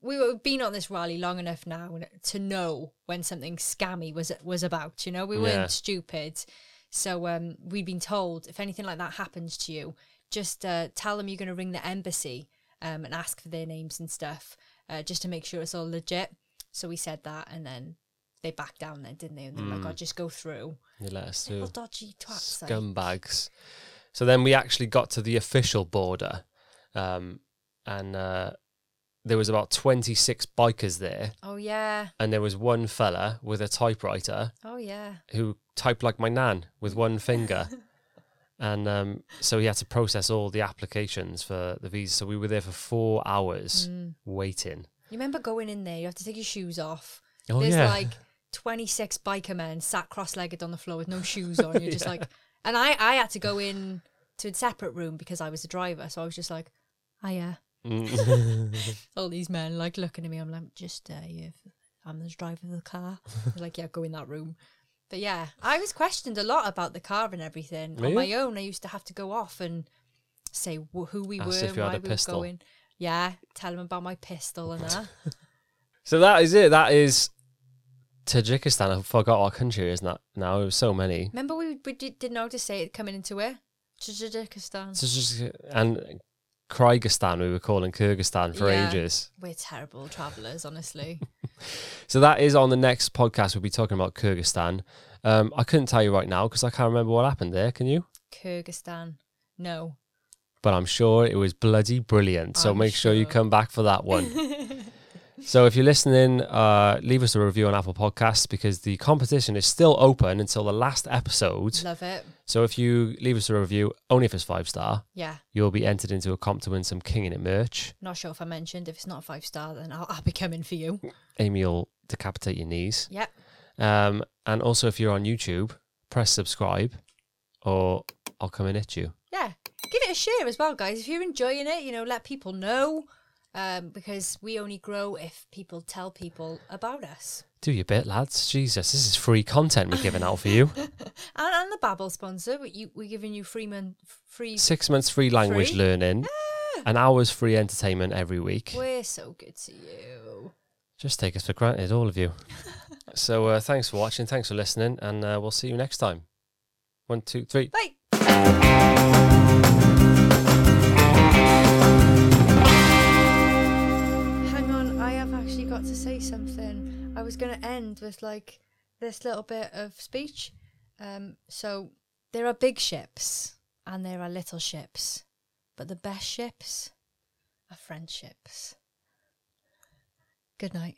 Speaker 2: we were been on this rally long enough now to know when something scammy was was about. You know, we
Speaker 1: Yeah.
Speaker 2: weren't stupid, so um, we'd been told if anything like that happens to you, just uh, tell them you're going to ring the embassy um, and ask for their names and stuff, uh, just to make sure it's all legit. So we said that, and then they backed down then, didn't they? And they were like, "Oh, just go through."
Speaker 1: You let us
Speaker 2: Little
Speaker 1: through.
Speaker 2: dodgy twats. like.
Speaker 1: scumbags. So then we actually got to the official border, um, and uh, there was about twenty six bikers there,
Speaker 2: Oh yeah.
Speaker 1: and there was one fella with a typewriter
Speaker 2: Oh yeah.
Speaker 1: who typed like my nan with one finger, and um, so he had to process all the applications for the visa. So we were there for four hours waiting.
Speaker 2: You remember going in there? You have to take your shoes off.
Speaker 1: Oh
Speaker 2: There's
Speaker 1: yeah,
Speaker 2: like 26 biker men sat cross-legged on the floor with no shoes on. You're just like, and I I had to go in to a separate room because I was the driver, so I was just like, oh yeah.
Speaker 1: Mm.
Speaker 2: All these men like looking at me. I'm like, just uh, yeah, I'm the driver of the car. They're like, yeah, go in that room. But yeah, I was questioned a lot about the car and everything.
Speaker 1: Were
Speaker 2: On
Speaker 1: you?
Speaker 2: my own, I used to have to go off and say wh- who we
Speaker 1: Ask
Speaker 2: were,
Speaker 1: if
Speaker 2: and
Speaker 1: you had
Speaker 2: why
Speaker 1: a
Speaker 2: we were
Speaker 1: pistol.
Speaker 2: going. Yeah, tell them about my pistol and that.
Speaker 1: so that is it. That is Tajikistan. I forgot our country is not now. It was so many.
Speaker 2: Remember, we, we did, didn't know how to say it coming into it. Tajikistan.
Speaker 1: So it's just- and Kyrgyzstan, we were calling Kyrgyzstan for
Speaker 2: Yeah.
Speaker 1: ages.
Speaker 2: We're terrible travellers, honestly.
Speaker 1: So that is on the next podcast. We'll be talking about Kyrgyzstan. Um, I couldn't tell you right now because I can't remember what happened there. Can you?
Speaker 2: Kyrgyzstan. No.
Speaker 1: But I'm sure it was bloody brilliant. So
Speaker 2: I'm
Speaker 1: make sure you
Speaker 2: sure.
Speaker 1: come back for that one. so if you're listening, uh, leave us a review on Apple Podcasts because the competition is still open until the last episode.
Speaker 2: Love it.
Speaker 1: So if you leave us a review, only if it's five star,
Speaker 2: Yeah.
Speaker 1: you'll be entered into a comp to win some King in It merch.
Speaker 2: Not sure if I mentioned. If it's not a five star, then I'll, I'll be coming for you.
Speaker 1: Amy will decapitate your knees.
Speaker 2: Yep.
Speaker 1: Um, and also, if you're on YouTube, press subscribe, or I'll come and hit you.
Speaker 2: yeah give it a share as well guys if you're enjoying it you know let people know um, because we only grow if people tell people about us
Speaker 1: Do your bit, lads. Jesus, this is free content we're giving out for you.
Speaker 2: and, and the Babbel sponsor we, you, we're giving you free man, free
Speaker 1: Six months free language
Speaker 2: Free?
Speaker 1: learning, an hour's free entertainment every week.
Speaker 2: we're so good to you
Speaker 1: Just take us for granted, all of you. so, uh, thanks for watching. Thanks for listening, and uh, we'll see you next time. One, two, three.
Speaker 2: bye hang on i have actually got to say something i was going to end with like this little bit of speech um, so there are big ships and there are little ships but the best ships are friendships good night